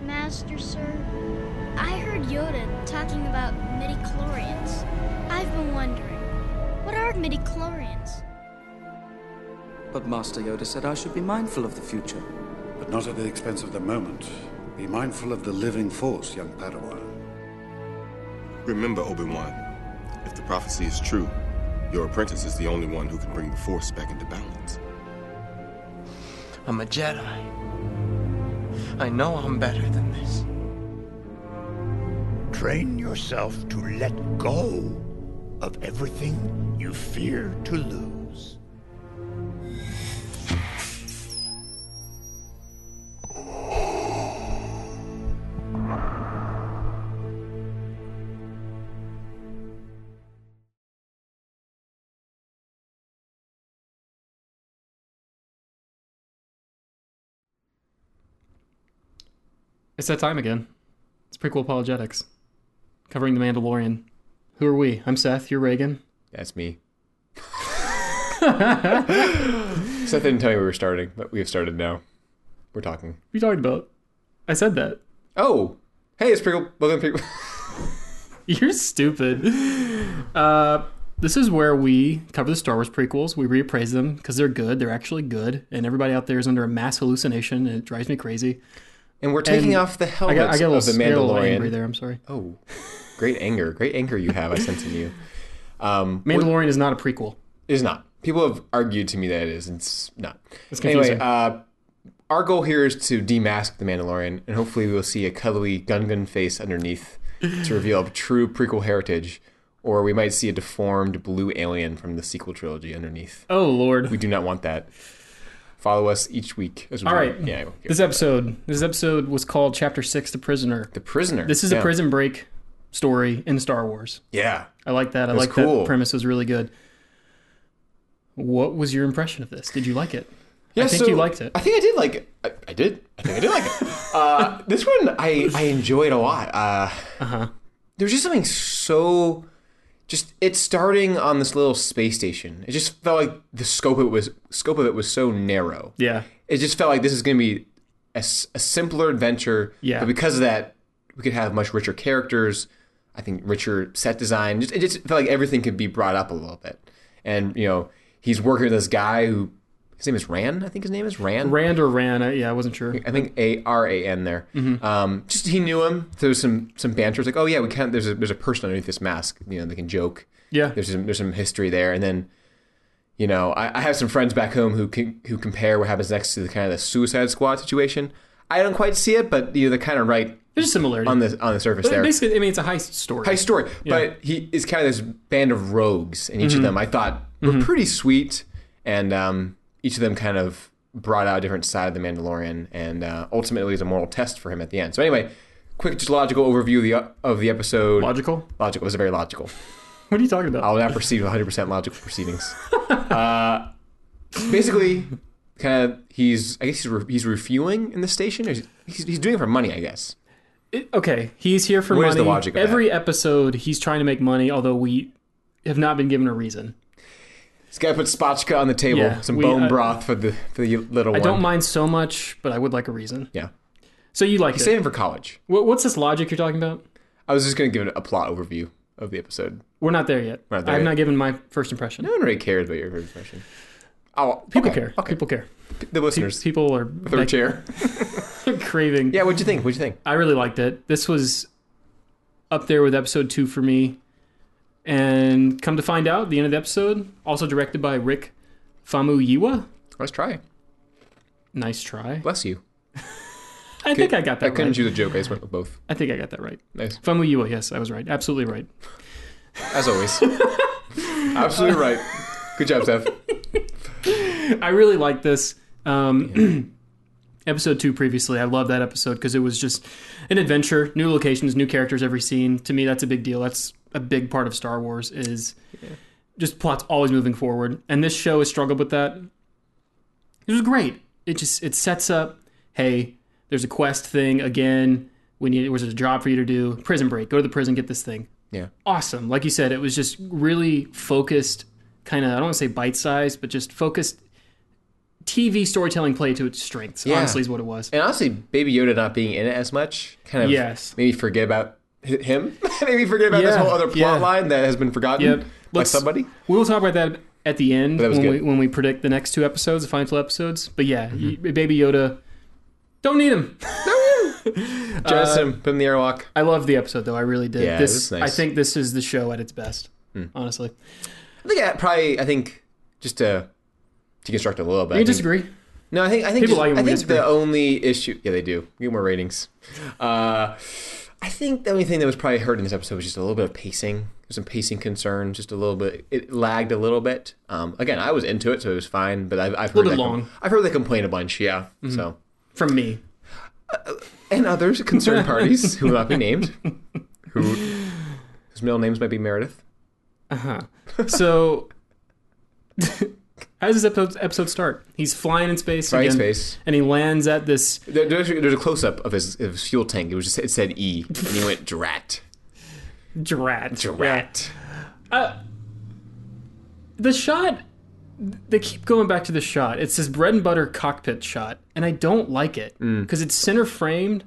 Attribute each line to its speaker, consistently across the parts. Speaker 1: Master Sir? I heard Yoda talking about midichlorians. I've been wondering, what are midichlorians?
Speaker 2: But Master Yoda said I should be mindful of the future.
Speaker 3: But not at the expense of the moment. Be mindful of the living force, young Padawan.
Speaker 4: Remember, Obi-Wan, if the prophecy is true, your apprentice is the only one who can bring the force back into balance.
Speaker 5: I'm a Jedi. I know I'm better than this.
Speaker 6: Train yourself to let go of everything you fear to lose.
Speaker 7: It's that time again. It's prequel apologetics, covering The Mandalorian. Who are we? I'm Seth. You're Reagan.
Speaker 8: That's me. Seth didn't tell you we were starting, but we have started now. We're talking.
Speaker 7: What are you talking about? I said that.
Speaker 8: Oh, hey, it's Prickle. Welcome, people.
Speaker 7: You're stupid. Uh, this is where we cover the Star Wars prequels. We reappraise them because they're good. They're actually good, and everybody out there is under a mass hallucination, and it drives me crazy.
Speaker 8: And we're taking
Speaker 7: And
Speaker 8: off the
Speaker 7: I
Speaker 8: helmets
Speaker 7: got, I got a little,
Speaker 8: Oh, of the
Speaker 7: I got a little
Speaker 8: Mandalorian.
Speaker 7: angry there. I'm sorry.
Speaker 8: Oh, great anger, great anger you have. I sense in you. Um,
Speaker 7: Mandalorian is not a prequel.
Speaker 8: It is not. People have argued to me that it is. It's not.
Speaker 7: It's
Speaker 8: anyway,
Speaker 7: confusing.
Speaker 8: uh, our goal here is to demask the Mandalorian, and hopefully we will see a cuddly gun gun face underneath to reveal a true prequel heritage, or we might see a deformed blue alien from the sequel trilogy underneath.
Speaker 7: Oh lord.
Speaker 8: We do not want that. Follow us each week. As we
Speaker 7: All right.
Speaker 8: Yeah. I won't give
Speaker 7: This
Speaker 8: it.
Speaker 7: episode. This episode was called Chapter Six: The Prisoner.
Speaker 8: the prisoner.
Speaker 7: This is
Speaker 8: Yeah.
Speaker 7: a prison break story in Star Wars.
Speaker 8: Yeah.
Speaker 7: I like that. I
Speaker 8: That's
Speaker 7: like
Speaker 8: cool.
Speaker 7: that premise was really good. What was your impression of this? Did you like it? I think
Speaker 8: so
Speaker 7: you liked it.
Speaker 8: I think I did like it. I, I did. I think I did like it. Uh, this one I I enjoyed a lot. Uh,
Speaker 7: Uh-huh.
Speaker 8: There was just something so just it's starting on this little space station. It just felt like the scope of it was scope of it was so narrow.
Speaker 7: Yeah.
Speaker 8: It just felt like this is going to be a, s- a simpler adventure.
Speaker 7: Yeah.
Speaker 8: But because of that, we could have much richer characters. I think richer set design. Just it just felt like everything could be brought up a little bit. And you know, he's working with this guy who his name is Ran. I think his name is Ran.
Speaker 7: Rand or Ran? I, yeah, I wasn't sure.
Speaker 8: I think A R A N there. Um, just he knew him. So there's some some banter. It's like, oh yeah, we can't. There's a there's a person underneath this mask. You know, they can joke.
Speaker 7: Yeah.
Speaker 8: There's some, there's some history there, and then, you know, I, I have some friends back home who can, who compare what happens next to the kind of the Suicide Squad situation. I don't quite see it, but you know, they're kind of right
Speaker 7: There's a similarity.
Speaker 8: on the on the surface
Speaker 7: but
Speaker 8: there.
Speaker 7: basically, I mean, it's a heist story.
Speaker 8: High story, but he is kind of this band of rogues, and each
Speaker 7: Mm-hmm.
Speaker 8: of them I thought were pretty sweet, and um, each of them kind of brought out a different side of the Mandalorian, and uh, ultimately is a moral test for him at the end. So anyway, quick just logical overview of the of the episode.
Speaker 7: Logical?
Speaker 8: logical it was very logical.
Speaker 7: What are you talking about?
Speaker 8: I will not perceive 100 percent logical proceedings. uh, basically, kind of he's I guess he's, re- he's refueling in the station. Or he's, he's he's doing it for money, I guess.
Speaker 7: It- okay, he's here for
Speaker 8: What
Speaker 7: money.
Speaker 8: is the logic of
Speaker 7: Every episode, he's trying to make money, although we have not been given a reason.
Speaker 8: This guy put spatchka on the table,
Speaker 7: Yeah,
Speaker 8: some
Speaker 7: we-
Speaker 8: bone
Speaker 7: I-
Speaker 8: broth for the for the little
Speaker 7: I
Speaker 8: one.
Speaker 7: don't mind so much, but I would like a reason.
Speaker 8: Yeah.
Speaker 7: So you like
Speaker 8: He's
Speaker 7: it?
Speaker 8: saving for college.
Speaker 7: What- what's this logic you're talking about?
Speaker 8: I was just going to give it a plot overview of the episode.
Speaker 7: We're not there yet.
Speaker 8: We're not there
Speaker 7: I've
Speaker 8: yet.
Speaker 7: not given my first impression.
Speaker 8: No one really cares about your first impression. Oh,
Speaker 7: People
Speaker 8: okay,
Speaker 7: care.
Speaker 8: Okay.
Speaker 7: People care.
Speaker 8: the listeners.
Speaker 7: People are
Speaker 8: Third
Speaker 7: like,
Speaker 8: chair.
Speaker 7: craving.
Speaker 8: Yeah, what'd you think? What'd you think?
Speaker 7: I really liked it. This was up there with episode two for me. And come to find out, the end of the episode, also directed by Rick Famuyiwa.
Speaker 8: Let's try.
Speaker 7: Nice try.
Speaker 8: Bless you.
Speaker 7: I think I got
Speaker 8: I
Speaker 7: that
Speaker 8: couldn't
Speaker 7: right.
Speaker 8: choose a joke. I just went with both.
Speaker 7: I think I got that right.
Speaker 8: Nice.
Speaker 7: Famuyiwa, yes, I was right. Absolutely right.
Speaker 8: As always. Absolutely right. Good job, Steph.
Speaker 7: I really like this. Um, episode two previously, I love that episode because it was just an adventure, new locations, new characters, every scene. To me, that's a big deal. That's a big part of Star Wars is just plots always moving forward, and this show has struggled with that. It was great. It just it sets up. Hey, there's a quest thing again. We need. Was a job for you to do? Prison break. Go to the prison. Get this thing
Speaker 8: Yeah.
Speaker 7: awesome. Like you said, it was just really focused, kind of, I don't want to say bite sized, but just focused TV storytelling play to its strengths.
Speaker 8: Yeah.
Speaker 7: Honestly, is what it was.
Speaker 8: And honestly, Baby Yoda not being in it as much kind of
Speaker 7: Yes.
Speaker 8: made me forget about hi- him. made me forget about this
Speaker 7: Yeah,
Speaker 8: whole other plot
Speaker 7: yeah.
Speaker 8: line that has been forgotten
Speaker 7: Yep.
Speaker 8: by
Speaker 7: Let's-
Speaker 8: somebody.
Speaker 7: We will talk about that at the end
Speaker 8: that was
Speaker 7: when we
Speaker 8: good. Mm-hmm.
Speaker 7: when we predict the next two episodes, the final two episodes. But yeah, y- Baby Yoda, don't need him.
Speaker 8: Just
Speaker 7: uh,
Speaker 8: him, put him in the airlock.
Speaker 7: I loved the episode though. I really did.
Speaker 8: Yeah, it
Speaker 7: this
Speaker 8: was nice. Hmm.
Speaker 7: I think this is the show at its best. Honestly,
Speaker 8: I think I probably I think just to deconstruct a little bit. I
Speaker 7: you
Speaker 8: think-
Speaker 7: disagree?
Speaker 8: No, I think I think
Speaker 7: People
Speaker 8: just-
Speaker 7: like when
Speaker 8: I
Speaker 7: we
Speaker 8: think
Speaker 7: disagree.
Speaker 8: the only issue. Yeah, they do. We get more ratings. Uh, I think the only thing that was probably heard in this episode was just a little bit of pacing. There's some pacing concern, just a little bit. It lagged a little bit. Um, again, I was into it, so it was fine. But I've, I've heard
Speaker 7: Little bit
Speaker 8: that
Speaker 7: long. Mm-hmm.
Speaker 8: I've heard they complain a bunch. Yeah. So
Speaker 7: From me,
Speaker 8: and others concerned parties who will not be named, who whose middle names might be Meredith.
Speaker 7: so how does this episode, episode start? He's flying in space,
Speaker 8: Flying in
Speaker 7: again,
Speaker 8: space.
Speaker 7: and he lands at this.
Speaker 8: There, there's, there's a close up of his, of his fuel tank. It was just it said E, and he went drat.
Speaker 7: Drat.
Speaker 8: Drat.
Speaker 7: The shot, they keep going back to the shot. It's this bread and butter cockpit shot, and I don't like it
Speaker 8: Mm.
Speaker 7: because it's center framed,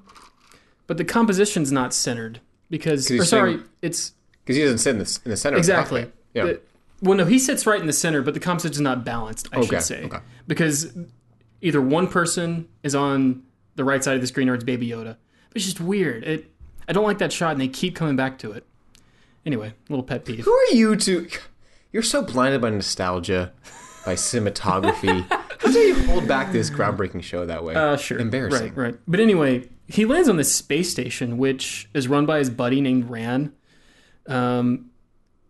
Speaker 7: but the composition's not centered because.
Speaker 8: he's
Speaker 7: Or sorry,
Speaker 8: sitting-
Speaker 7: it's
Speaker 8: Because he doesn't sit in the, in the center.
Speaker 7: exactly.
Speaker 8: Of the cockpit. yeah.
Speaker 7: The- well, no, he sits right in the center, but the composition's not balanced. I
Speaker 8: Okay,
Speaker 7: should say
Speaker 8: okay.
Speaker 7: because either one person is on the right side of the screen or it's Baby Yoda. But it's just weird. It, I don't like that shot, and they keep coming back to it. Anyway, little pet peeve.
Speaker 8: Who are you to? You're so blinded by nostalgia, by cinematography. How do you hold back this groundbreaking show that way?
Speaker 7: Uh, sure.
Speaker 8: Embarrassing.
Speaker 7: Right, right. But anyway, he lands on this space station, which is run by his buddy named Ran. Um,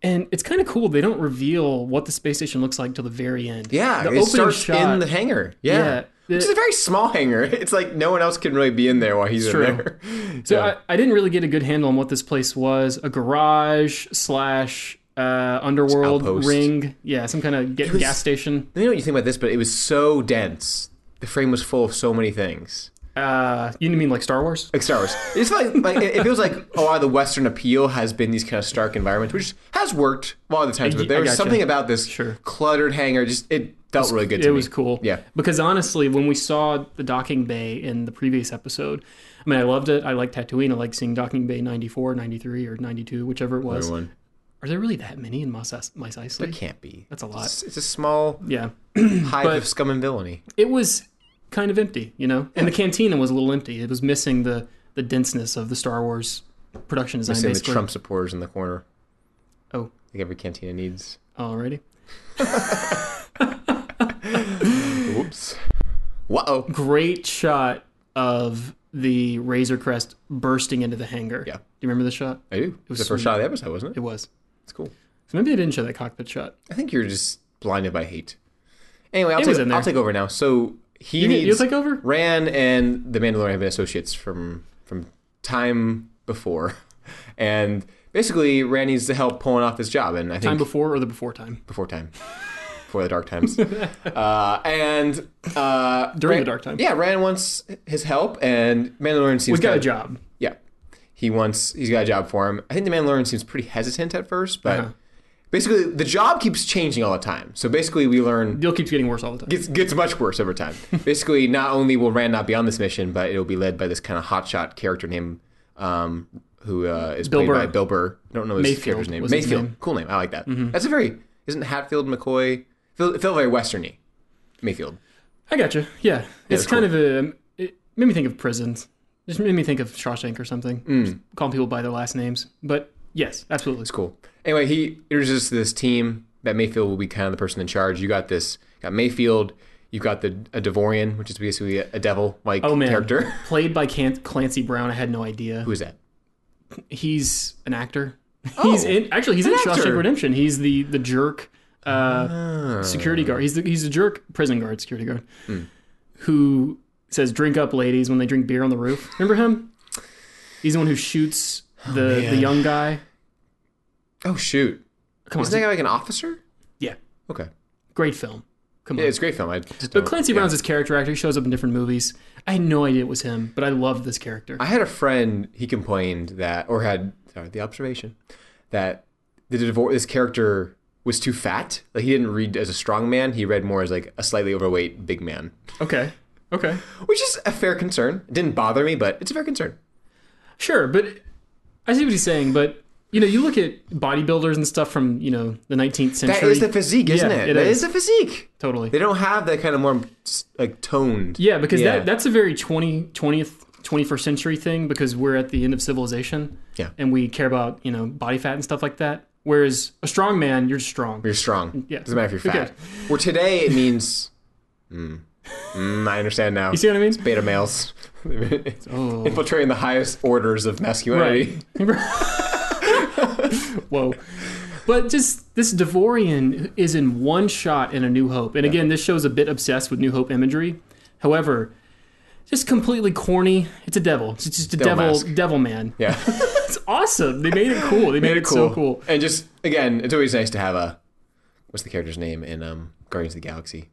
Speaker 7: and it's kind of cool. They don't reveal what the space station looks like till the very end.
Speaker 8: Yeah,
Speaker 7: the
Speaker 8: it starts in the hangar. Yeah.
Speaker 7: Yeah.
Speaker 8: Which is a very small hangar. It's like no one else can really be in there while he's
Speaker 7: True.
Speaker 8: in there.
Speaker 7: So
Speaker 8: Yeah.
Speaker 7: I, I didn't really get a good handle on what this place was. A garage slash uh, underworld
Speaker 8: Outpost.
Speaker 7: ring. Yeah, some kind of get,
Speaker 8: was-
Speaker 7: gas station.
Speaker 8: You know what you think about this, but it was so dense. The frame was full of so many things.
Speaker 7: Uh, you mean like Star Wars?
Speaker 8: Like Star Wars. It's like, like it it feels like a lot of the Western appeal has been these kind of stark environments, which has worked a lot of the times.
Speaker 7: I
Speaker 8: But there was
Speaker 7: gotcha.
Speaker 8: something about this
Speaker 7: Sure.
Speaker 8: cluttered hangar. Just it felt really good.
Speaker 7: it
Speaker 8: to me.
Speaker 7: was cool.
Speaker 8: Yeah.
Speaker 7: Because honestly, when we saw the docking bay in the previous episode, I mean, I loved it. I liked Tatooine. I liked seeing docking bay 94, 93, or 92, whichever it was.
Speaker 8: Everyone.
Speaker 7: Are there really that many in Mos, Es- Mos Eisley?
Speaker 8: It can't be.
Speaker 7: That's a lot.
Speaker 8: It's, it's a small
Speaker 7: Yeah.
Speaker 8: hive
Speaker 7: But-
Speaker 8: of scum and villainy.
Speaker 7: It was kind of empty, you know? And the cantina was a little empty. It was missing the, the denseness of the Star Wars production design,
Speaker 8: It's in the
Speaker 7: basically.
Speaker 8: Trump supporters in the corner.
Speaker 7: Oh.
Speaker 8: Like every cantina needs.
Speaker 7: Alrighty.
Speaker 8: Whoops. Whoa.
Speaker 7: Great shot of the Razor Crest bursting into the hangar.
Speaker 8: Yeah.
Speaker 7: Do you remember the shot?
Speaker 8: I do. It
Speaker 7: was
Speaker 8: was the first
Speaker 7: some-
Speaker 8: shot of the episode, wasn't
Speaker 7: It
Speaker 8: it?
Speaker 7: was.
Speaker 8: It's cool.
Speaker 7: So maybe they didn't show that cockpit shot.
Speaker 8: I think you're just blinded by hate. Anyway, I'll,
Speaker 7: It
Speaker 8: take,
Speaker 7: was in there.
Speaker 8: I'll take over now. So he
Speaker 7: You,
Speaker 8: needs.
Speaker 7: you'll take over?
Speaker 8: Ran and the Mandalorian have been associates from from time before, and basically Ran needs the help pulling off this job. And I think
Speaker 7: Time before or the before time?
Speaker 8: before time, before the dark times, uh, and uh,
Speaker 7: During
Speaker 8: Ran-
Speaker 7: the dark times.
Speaker 8: Yeah, Ran wants his help, and Mandalorian seems
Speaker 7: We've got a
Speaker 8: kinda-
Speaker 7: job.
Speaker 8: Yeah, he wants he's got a job for him. I think the Mandalorian seems pretty hesitant at first, but. Basically, the job keeps changing all the time. So basically, we learn
Speaker 7: Deal keeps getting worse all the time.
Speaker 8: gets gets much worse over time. Basically, not only will Rand not be on this mission, but it'll be led by this kind of hotshot character named um, who uh, is
Speaker 7: Bill
Speaker 8: played by
Speaker 7: Burr.
Speaker 8: Bill Burr. I don't know his
Speaker 7: Mayfield
Speaker 8: character's name.
Speaker 7: was his
Speaker 8: Mayfield,
Speaker 7: name.
Speaker 8: cool name. I like that. That's a very isn't Hatfield McCoy? Feel, it felt very westerny. Mayfield.
Speaker 7: I gotcha. Yeah. it's
Speaker 8: it's
Speaker 7: kind of a. It made me think of prisons. Just made me think of Shawshank or something.
Speaker 8: Hmm.
Speaker 7: Just calling people by their last names. But yes, absolutely.
Speaker 8: It's cool. Anyway, he introduces this team that Mayfield will be kind of the person in charge. You got this. You got Mayfield. You've got the a Devorian, which is basically a, a devil like
Speaker 7: Oh, man.
Speaker 8: character.
Speaker 7: Played by Can- Clancy Brown. I had no idea.
Speaker 8: Who is that?
Speaker 7: He's an actor. He's in. Actually, he's in
Speaker 8: Oh, actor. Ah.
Speaker 7: Shawshank Redemption. He's the the jerk uh, security guard. He's the, he's a jerk prison guard, security guard,
Speaker 8: Hmm.
Speaker 7: who says "drink up, ladies" when they drink beer on the roof. Remember him? He's the one who shoots the the
Speaker 8: Oh, man.
Speaker 7: young guy.
Speaker 8: Oh shoot!
Speaker 7: Come on,
Speaker 8: Isn't that like an officer?
Speaker 7: yeah,
Speaker 8: Okay.
Speaker 7: great film. Come on.
Speaker 8: Yeah, it's a great film. I just
Speaker 7: but
Speaker 8: don't-
Speaker 7: Clancy
Speaker 8: yeah.
Speaker 7: Brown's his character actor. He shows up in different movies. I had no idea it was him, but I loved this character.
Speaker 8: I had a friend. He complained that, or had sorry, the observation that the Devor- this character was too fat. Like he didn't read as a strong man. He read more as like a slightly overweight big man,
Speaker 7: Okay. Okay.
Speaker 8: which is a fair concern. It didn't bother me, but it's a fair concern.
Speaker 7: Sure, but I see what he's saying, but you know, you look at bodybuilders and stuff from, you know, the 19th century.
Speaker 8: That is the physique, isn't
Speaker 7: Yeah,
Speaker 8: it?
Speaker 7: it
Speaker 8: That
Speaker 7: is.
Speaker 8: is the physique.
Speaker 7: Totally.
Speaker 8: They don't have that kind of more like toned.
Speaker 7: Yeah, because
Speaker 8: Yeah.
Speaker 7: That, that's a very 20, 20th, 21st century thing because we're at the end of civilization.
Speaker 8: Yeah.
Speaker 7: And we care about, you know, body fat and stuff like that. Whereas a strong man, you're just strong.
Speaker 8: You're strong.
Speaker 7: Yeah.
Speaker 8: Doesn't matter if you're
Speaker 7: Who
Speaker 8: fat. Where today it means. Mm. Mm, I understand now.
Speaker 7: You see what I mean? Oh.
Speaker 8: Beta males infiltrating the highest orders of masculinity.
Speaker 7: Whoa. But just this Devorian is in one shot in A New Hope. And again, this show's a bit obsessed with New Hope imagery. However, just completely corny. It's a devil. It's just a
Speaker 8: Devil
Speaker 7: devil devil,
Speaker 8: mask.
Speaker 7: man.
Speaker 8: Yeah,
Speaker 7: It's awesome. They made it cool. They made, it, so cool.
Speaker 8: And just again, it's always nice to have a what's the character's name in um, Guardians of the Galaxy?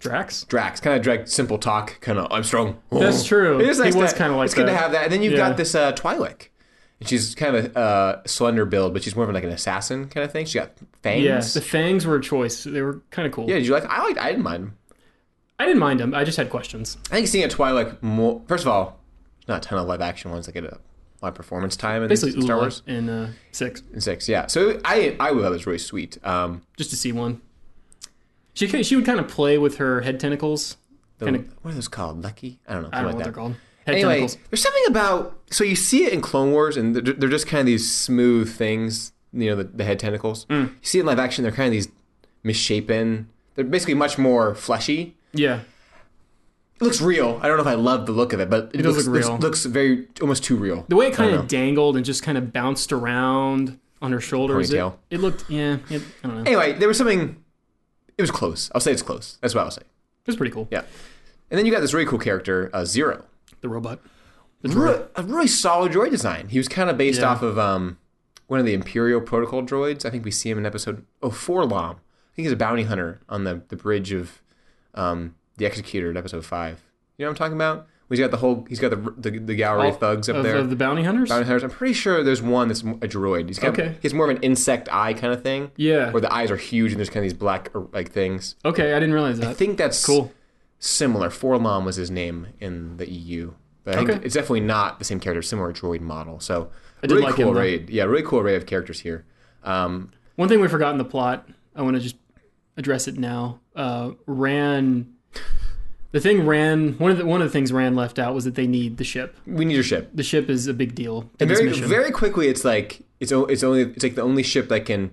Speaker 7: Drax.
Speaker 8: Drax, kind of drag simple talk, kind of I'm strong. Oh.
Speaker 7: That's true.
Speaker 8: It is nice
Speaker 7: He was
Speaker 8: to-
Speaker 7: kinda like
Speaker 8: it's good to
Speaker 7: that.
Speaker 8: have that. And then you've
Speaker 7: Yeah.
Speaker 8: got this uh, Twi'lek, and she's kind of a uh, slender build, but she's more of like an assassin kind of thing. She got fangs.
Speaker 7: Yeah, the fangs were a choice. They were kind of cool.
Speaker 8: Yeah, did you like? I liked. I didn't mind. 'em.
Speaker 7: I didn't mind them. I just had questions.
Speaker 8: I think seeing a Twi'lek more. First of all, there's not a ton of live action ones that get a lot of performance time in
Speaker 7: Basically,
Speaker 8: Star
Speaker 7: Star
Speaker 8: Wars
Speaker 7: in uh, six,
Speaker 8: and six. Yeah, so I I thought it was really sweet. Um,
Speaker 7: just to see one. She ca- she would kind of play with her head tentacles.
Speaker 8: the-
Speaker 7: Kinda-
Speaker 8: what are those called? Lucky? I don't know.
Speaker 7: I don't know what
Speaker 8: something like
Speaker 7: they're
Speaker 8: that.
Speaker 7: called. Head
Speaker 8: Anyway,
Speaker 7: tentacles.
Speaker 8: there's something about so you see it in Clone Wars, and they're, they're just kind of these smooth things. You know, the, the head tentacles.
Speaker 7: Mm.
Speaker 8: You see it in live action, they're kind of these misshapen. They're basically much more fleshy.
Speaker 7: Yeah.
Speaker 8: It looks real. I don't know if I love the look of it, but it,
Speaker 7: does
Speaker 8: looks,
Speaker 7: look
Speaker 8: looks-
Speaker 7: real.
Speaker 8: Looks, very almost too real.
Speaker 7: The way it
Speaker 8: I don't
Speaker 7: kind
Speaker 8: know.
Speaker 7: of dangled and just kind of bounced around on her shoulders, it,
Speaker 8: Ponytail.
Speaker 7: it looked yeah, it, I don't know, it
Speaker 8: Anyway, there was something. It was close. I'll say it's close. That's what I'll say.
Speaker 7: was pretty cool.
Speaker 8: Yeah. And then you got this really cool character, uh, Zero.
Speaker 7: The robot,
Speaker 8: Re- a really solid droid design. He was kind of based
Speaker 7: Yeah.
Speaker 8: off of um, one of the Imperial Protocol droids. I think we see him in episode oh four Lom. I think he's a bounty hunter on the, the bridge of um, the Executor in episode five. You know what I'm talking about? He's got the whole. He's got the the, the gallery of thugs up
Speaker 7: of,
Speaker 8: there.
Speaker 7: of the bounty hunters.
Speaker 8: bounty hunters. I'm pretty sure there's one that's a droid. He's got
Speaker 7: Okay.
Speaker 8: he has more of an insect eye kind of thing.
Speaker 7: Yeah.
Speaker 8: Where the eyes are huge and there's kind of these black uh, like things.
Speaker 7: Okay, I didn't realize
Speaker 8: I
Speaker 7: that.
Speaker 8: think that's
Speaker 7: cool.
Speaker 8: similar. Forlom was his name in the EU, but I think
Speaker 7: Okay.
Speaker 8: it's definitely not the same character, similar droid model. So
Speaker 7: did
Speaker 8: really
Speaker 7: like
Speaker 8: cool
Speaker 7: him, though.
Speaker 8: array, yeah, really cool array of characters here. Um,
Speaker 7: One thing we forgot in the plot, I want to just address it now. Uh, Ran, the thing Ran, one of the one of the things Ran left out was that they need the ship.
Speaker 8: we need your ship.
Speaker 7: The ship is a big deal. to
Speaker 8: And
Speaker 7: this
Speaker 8: very
Speaker 7: mission.
Speaker 8: very quickly, it's like it's o- it's only it's like the only ship that can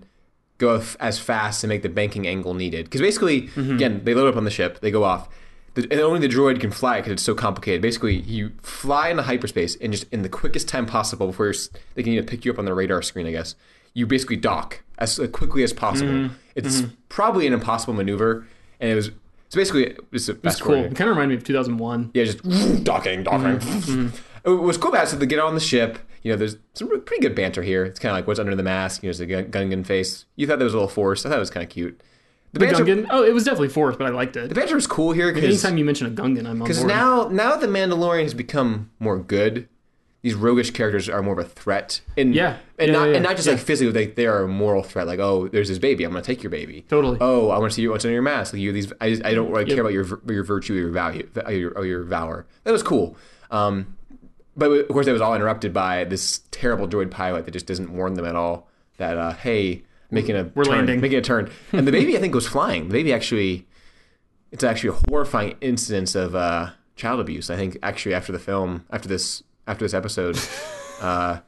Speaker 8: go f- as fast and make the banking angle needed. Because basically,
Speaker 7: Mm-hmm.
Speaker 8: again, they load up on the ship, they go off. The, and only the droid can fly because it's so complicated. Basically, you fly into hyperspace and just in the quickest time possible before you're, s- they can either pick you up on the radar screen, I guess. You basically dock as quickly as possible.
Speaker 7: Mm-hmm.
Speaker 8: It's probably an impossible maneuver, and it was. So basically, just a
Speaker 7: It's
Speaker 8: fast
Speaker 7: cool.
Speaker 8: forward.
Speaker 7: It kind of reminded me of 2001.
Speaker 8: Yeah, just docking, docking.
Speaker 7: Mm,
Speaker 8: What's cool about it, so they get on the ship. You know, there's some re- pretty good banter here. It's kind of like what's under the mask. You know, there's a gun- Gungan face. You thought that was a little forced. I thought it was kind of cute. The banter,
Speaker 7: Gungan. Oh, it was definitely forced, but I liked
Speaker 8: the
Speaker 7: it.
Speaker 8: banter is cool here because
Speaker 7: Anytime you mention a Gungan, I'm on board.
Speaker 8: now now the Mandalorian has become more good. These roguish characters are more of a threat, and
Speaker 7: Yeah.
Speaker 8: and
Speaker 7: Yeah,
Speaker 8: not
Speaker 7: yeah,
Speaker 8: and not just
Speaker 7: yeah.
Speaker 8: like physically, like they are a moral threat. Like, oh, there's this baby, I'm gonna take your baby.
Speaker 7: Totally.
Speaker 8: Oh, I want to see your, what's under your mask. Like, you these, I, just, I don't really
Speaker 7: Yep.
Speaker 8: care about your vir- your virtue, or your value, or your, or your valor. That was cool. Um, but of course, that was all interrupted by this terrible droid pilot that just doesn't warn them at all that uh, hey, making a
Speaker 7: We're
Speaker 8: turn,
Speaker 7: landing.
Speaker 8: making a turn, and the baby I think was flying. The baby actually it's actually a horrifying incidence of uh, child abuse. I think actually after the film, after this, after this episode, uh,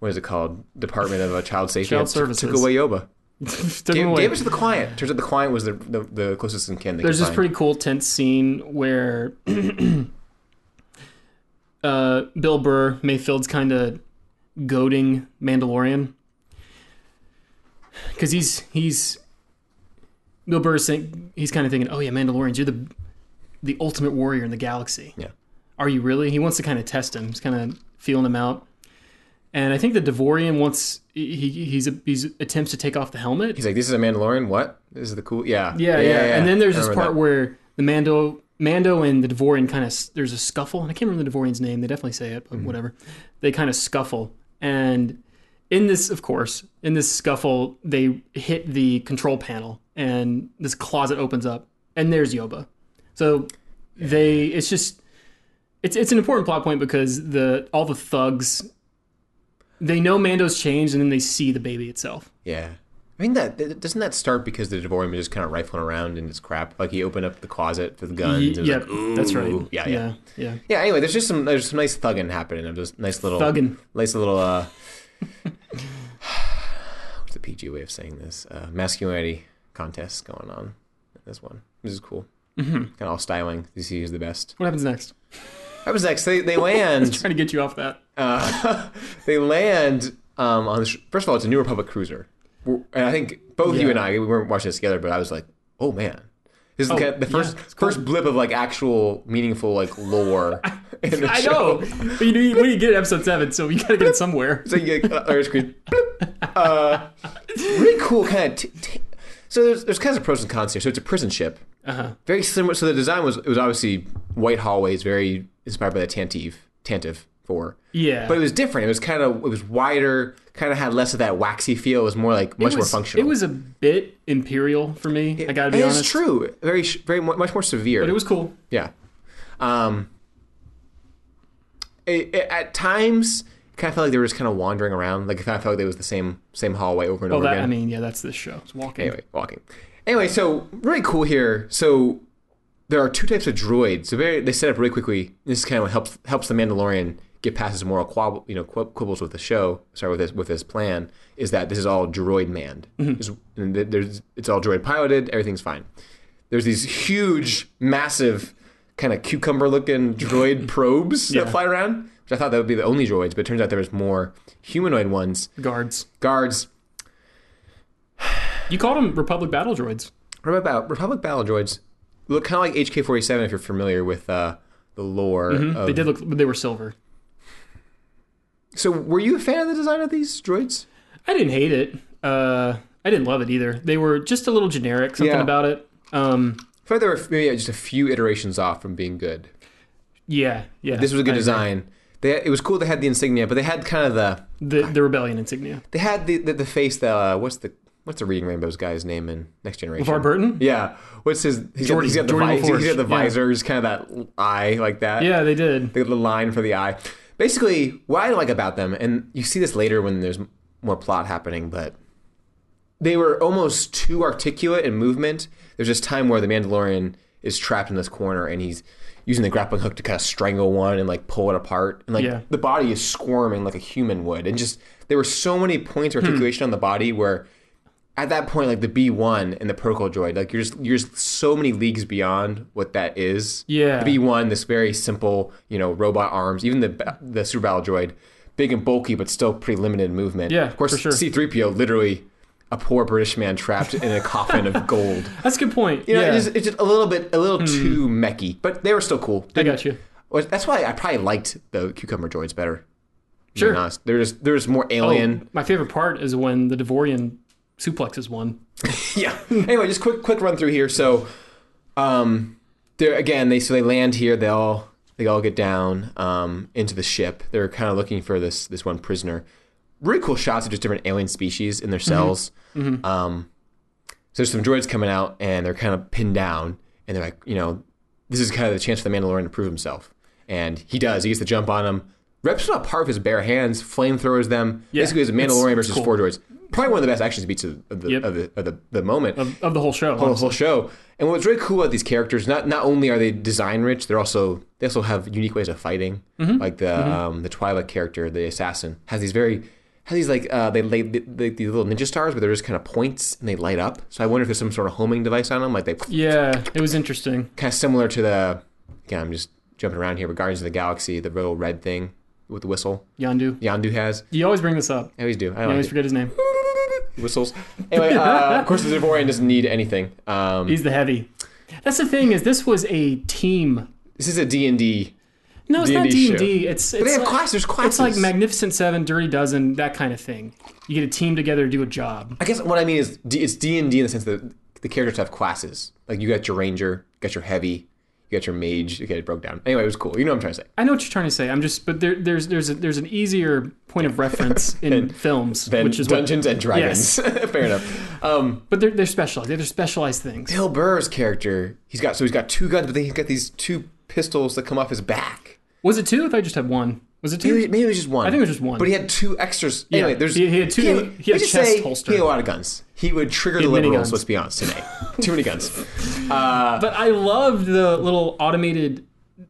Speaker 8: what is it called? Department of uh, Child Safety
Speaker 7: Child
Speaker 8: t-
Speaker 7: Services.
Speaker 8: took away Yoba.
Speaker 7: Took him
Speaker 8: Gave,
Speaker 7: away.
Speaker 8: gave it to the client. Turns out the client was the the, the closest in kin. They
Speaker 7: There's
Speaker 8: could
Speaker 7: this
Speaker 8: find.
Speaker 7: pretty cool tense scene where uh, Bill Burr, Mayfield's kind of goading Mandalorian because he's he's Bill Burr's saying he's kind of thinking, "Oh yeah, Mandalorians, you're the the ultimate warrior in the galaxy."
Speaker 8: Yeah.
Speaker 7: Are you really? He wants to kind of test him. He's kind of feeling him out. And I think the Devorian wants he he- he's a, he's attempts to take off the helmet.
Speaker 8: He's like, this is a Mandalorian. What? This is the cool. Yeah.
Speaker 7: Yeah, yeah. And then there's this
Speaker 8: I remember
Speaker 7: part
Speaker 8: that.
Speaker 7: where the Mando, Mando and the Devorian kind of there's a
Speaker 8: Mm-hmm.
Speaker 7: scuffle, and I can't remember the Devorian's name. They definitely say it, but whatever. They kind of scuffle, and in this, of course, in this scuffle, they hit the control panel, and this closet opens up, and there's Yoba. So they, it's just, it's it's an important plot point because the all the thugs, they know Mando's changed, and then they see the baby itself.
Speaker 8: Yeah. I think that th- doesn't that start because the Devorian was just kind of rifling around and it's crap. Like he opened up the closet for the guns. and was
Speaker 7: yeah,
Speaker 8: like, "Ooh."
Speaker 7: that's right.
Speaker 8: Yeah, yeah,
Speaker 7: yeah,
Speaker 8: yeah.
Speaker 7: yeah.
Speaker 8: Anyway, there's just some there's some nice thugging happening. Of those nice little
Speaker 7: Thugging.
Speaker 8: nice little. uh What's the PG way of saying this? Uh, masculinity contests going on. in This one. This is cool. Mm-hmm. Kind of all styling. You see who's the best.
Speaker 7: What happens next?
Speaker 8: That was next. They they land.
Speaker 7: Trying to get you off that.
Speaker 8: Uh, they land um, on the. Sh- First of all, it's a New Republic cruiser, We're- and I think both you
Speaker 7: Yeah.
Speaker 8: and I we weren't watching this together, but I was like, "Oh man, this is
Speaker 7: Oh,
Speaker 8: the, kind- the
Speaker 7: yeah,
Speaker 8: first
Speaker 7: it's
Speaker 8: first blip of like actual meaningful like lore." in the
Speaker 7: I
Speaker 8: show.
Speaker 7: know, but you, you, when you get episode seven, so you gotta get it somewhere.
Speaker 8: So you get uh, Irish screen. bloop. Uh, really cool kind of. T- t- so there's there's kinds of pros and cons here. So it's a prison ship. Uh-huh. Very similar. So the design was it was obviously white hallways, very inspired by the Tantive Tantive four.
Speaker 7: Yeah.
Speaker 8: But it was different. It was kind of it was wider. Kind of had less of that waxy feel. It was more like much
Speaker 7: it
Speaker 8: more
Speaker 7: was,
Speaker 8: functional.
Speaker 7: It was a bit imperial for me. I gotta be
Speaker 8: And
Speaker 7: honest.
Speaker 8: It's true. Very sh- very mu- much more severe.
Speaker 7: but it was cool.
Speaker 8: Yeah. Um, it, it- at times, it kind of felt like they were just kind of wandering around. Like, it kind of felt like it was the same same hallway over and
Speaker 7: Well,
Speaker 8: over
Speaker 7: that
Speaker 8: again.
Speaker 7: I mean, yeah, that's this show. It's walking.
Speaker 8: anyway, walking. Anyway, so really cool here. So there are two types of droids. So very, they set up really quickly. This is kind of what helps helps the Mandalorian get past his moral quibble, you know, quib- quibbles with the show. Sorry, with his with his plan is that this is all droid manned. There's- and th- There's it's all droid piloted. Everything's fine. There's these huge, massive, kind of cucumber looking droid probes that fly around. Which I thought that would be the only droids, but it turns out there was more humanoid ones.
Speaker 7: Guards.
Speaker 8: Guards
Speaker 7: You called them Republic battle droids.
Speaker 8: What about Republic battle droids? Look kind of like HK forty seven if you're familiar with uh, the lore. Of...
Speaker 7: Mm-hmm, They did look, but they were silver.
Speaker 8: So, were you a fan of the design of these droids?
Speaker 7: I didn't hate it. Uh, I didn't love it either. They were just a little generic. Something
Speaker 8: Yeah.
Speaker 7: about it. Um,
Speaker 8: I thought they were maybe just a few iterations off from being good.
Speaker 7: yeah, yeah.
Speaker 8: This was a good
Speaker 7: I agree.
Speaker 8: design. They, it was cool. They had the insignia, but they had kind of the
Speaker 7: The, the rebellion insignia.
Speaker 8: they had the the, the face that uh, what's the what's the Reading Rainbows guy's name in Next Generation?
Speaker 7: LeVar Burton?
Speaker 8: Yeah. What's his? He's got,
Speaker 7: Jordy-
Speaker 8: he's got the
Speaker 7: Jordy
Speaker 8: visor. He's
Speaker 7: LaForge,
Speaker 8: got the
Speaker 7: yeah.
Speaker 8: visors, kind of that eye like that.
Speaker 7: Yeah, they did.
Speaker 8: the little line for the eye. Basically, what I like about them, and you see this later when there's m- more plot happening, but they were almost too articulate in movement. There's this time where the Mandalorian is trapped in this corner and he's using the grappling hook to kind of strangle one and like pull it apart. And like
Speaker 7: Yeah.
Speaker 8: the body is squirming like a human would. And just there were so many points of articulation on the body where at that point, like the B one and the protocol droid, like you're just you're just so many leagues beyond what that is.
Speaker 7: Yeah.
Speaker 8: The B one, this very simple, you know, robot arms. Even the ba- the super battle droid, big and bulky, but still pretty limited in movement.
Speaker 7: Yeah,
Speaker 8: of course.
Speaker 7: for sure.
Speaker 8: C three PO, literally a poor British man trapped in a coffin of gold.
Speaker 7: That's a good point.
Speaker 8: You know,
Speaker 7: yeah, Hmm.
Speaker 8: it's, just, it's just a little bit, a little too mechy, but they were still cool.
Speaker 7: I got you.
Speaker 8: Well, That's why I probably liked the cucumber droids better. to be
Speaker 7: Sure.
Speaker 8: honest. They're just they're just more
Speaker 7: Oh,
Speaker 8: alien.
Speaker 7: my favorite part is when the Devorian suplexes one.
Speaker 8: yeah. Anyway, just quick quick run through here. So, um, there again, they so they land here. They all they all get down um into the ship. They're kind of looking for this this one prisoner. Really cool shots of just different alien species in their
Speaker 7: Mm-hmm.
Speaker 8: cells. Um, so there's some droids coming out and they're kind of pinned down and they're like, you know, this is kind of the chance for the Mandalorian to prove himself. And he does. He gets the jump on him. Reps up part of his bare hands, flamethrowers them.
Speaker 7: Yeah,
Speaker 8: Basically, it's a
Speaker 7: it's-
Speaker 8: Mandalorian
Speaker 7: it's
Speaker 8: versus
Speaker 7: cool.
Speaker 8: four droids. Probably one of the best action beats of, of, the,
Speaker 7: Yep.
Speaker 8: of, the, of the, the moment
Speaker 7: Of, of the whole show.
Speaker 8: whole,
Speaker 7: honestly.
Speaker 8: whole show. And what's really cool about these characters, not not only are they design rich, they're also they also have unique ways of fighting.
Speaker 7: Mm-hmm.
Speaker 8: Like the um, the Twyla character, the assassin, has these very has these like uh, they lay they, they, these little ninja stars, but they're just kind of points and they light up. So I wonder if there's some sort of homing device on them, like they
Speaker 7: Yeah, it was interesting.
Speaker 8: kind of similar to the again. I'm just jumping around here, but Guardians of the Galaxy, the little red thing with the whistle
Speaker 7: Yandu.
Speaker 8: Yandu has.
Speaker 7: You always bring this up.
Speaker 8: I always do. I
Speaker 7: You
Speaker 8: like
Speaker 7: always
Speaker 8: it.
Speaker 7: forget his name.
Speaker 8: whistles. Anyway, uh, of course the Devorian doesn't need anything. Um,
Speaker 7: He's the heavy. That's the thing is this was a team.
Speaker 8: this is a D and D
Speaker 7: No, it's not D
Speaker 8: D&D
Speaker 7: and D.
Speaker 8: show.
Speaker 7: It's, it's
Speaker 8: But they have
Speaker 7: like,
Speaker 8: classes. There's classes.
Speaker 7: It's like Magnificent Seven, Dirty Dozen, that kind of thing. You get a team together to do a job.
Speaker 8: I guess what I mean is D, it's D and D in the sense that the characters have classes. Like you got your ranger, you got your heavy, You got your mage. Okay, it broke down. Anyway, it was cool. You know what I'm trying to say.
Speaker 7: I know what you're trying to say. I'm just, but there, there's there's a, there's an easier point of reference in films,
Speaker 8: Then
Speaker 7: which is what-
Speaker 8: Dungeons and Dragons. Fair enough. Um,
Speaker 7: but they're they're specialized. They're specialized things.
Speaker 8: Bill Burr's character, he's got so he's got two guns, but then he's got these two pistols that come off his back.
Speaker 7: Was it two? If I just had one, was it two?
Speaker 8: Maybe, maybe it was just one.
Speaker 7: I think it was just one.
Speaker 8: But he had two extras.
Speaker 7: Yeah,
Speaker 8: Anyway, there's
Speaker 7: he- he had two- he had
Speaker 8: let's just
Speaker 7: chest
Speaker 8: say
Speaker 7: holster.
Speaker 8: He had a lot of guns. He would trigger the
Speaker 7: had many
Speaker 8: liberals.
Speaker 7: guns.
Speaker 8: Let's be honest today. Too many guns.
Speaker 7: but I loved the little automated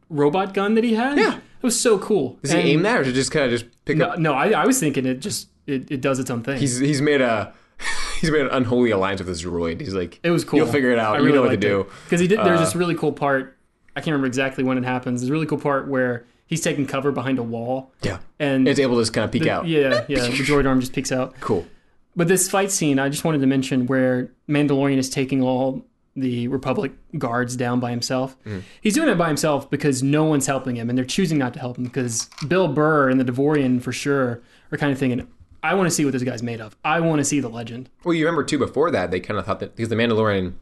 Speaker 7: robot gun that he had.
Speaker 8: Yeah.
Speaker 7: it was so cool.
Speaker 8: Does he aim that, or does it just kind of just pick
Speaker 7: No,
Speaker 8: up?
Speaker 7: no I, I was thinking it just it, it does its own thing.
Speaker 8: He's he's made a he's made an unholy alliance with this droid. He's like,
Speaker 7: It was cool.
Speaker 8: You'll figure it out. you know what to do. Uh,
Speaker 7: Because he did. There's this really cool part. I can't remember exactly when it happens. There's a really cool part where he's taking cover behind a wall.
Speaker 8: Yeah,
Speaker 7: And
Speaker 8: it's able to just kind of peek
Speaker 7: the-
Speaker 8: out.
Speaker 7: Yeah, yeah. The droid arm just peeks out.
Speaker 8: cool.
Speaker 7: But this fight scene, I just wanted to mention where Mandalorian is taking all the Republic guards down by himself.
Speaker 8: Mm-hmm.
Speaker 7: He's doing it by himself because no one's helping him, and they're choosing not to help him because Bill Burr and the Devorian for sure are kind of thinking, "I want to see what this guy's made of. I want to see the legend."
Speaker 8: Well, you remember too before that they kind of thought that because the Mandalorian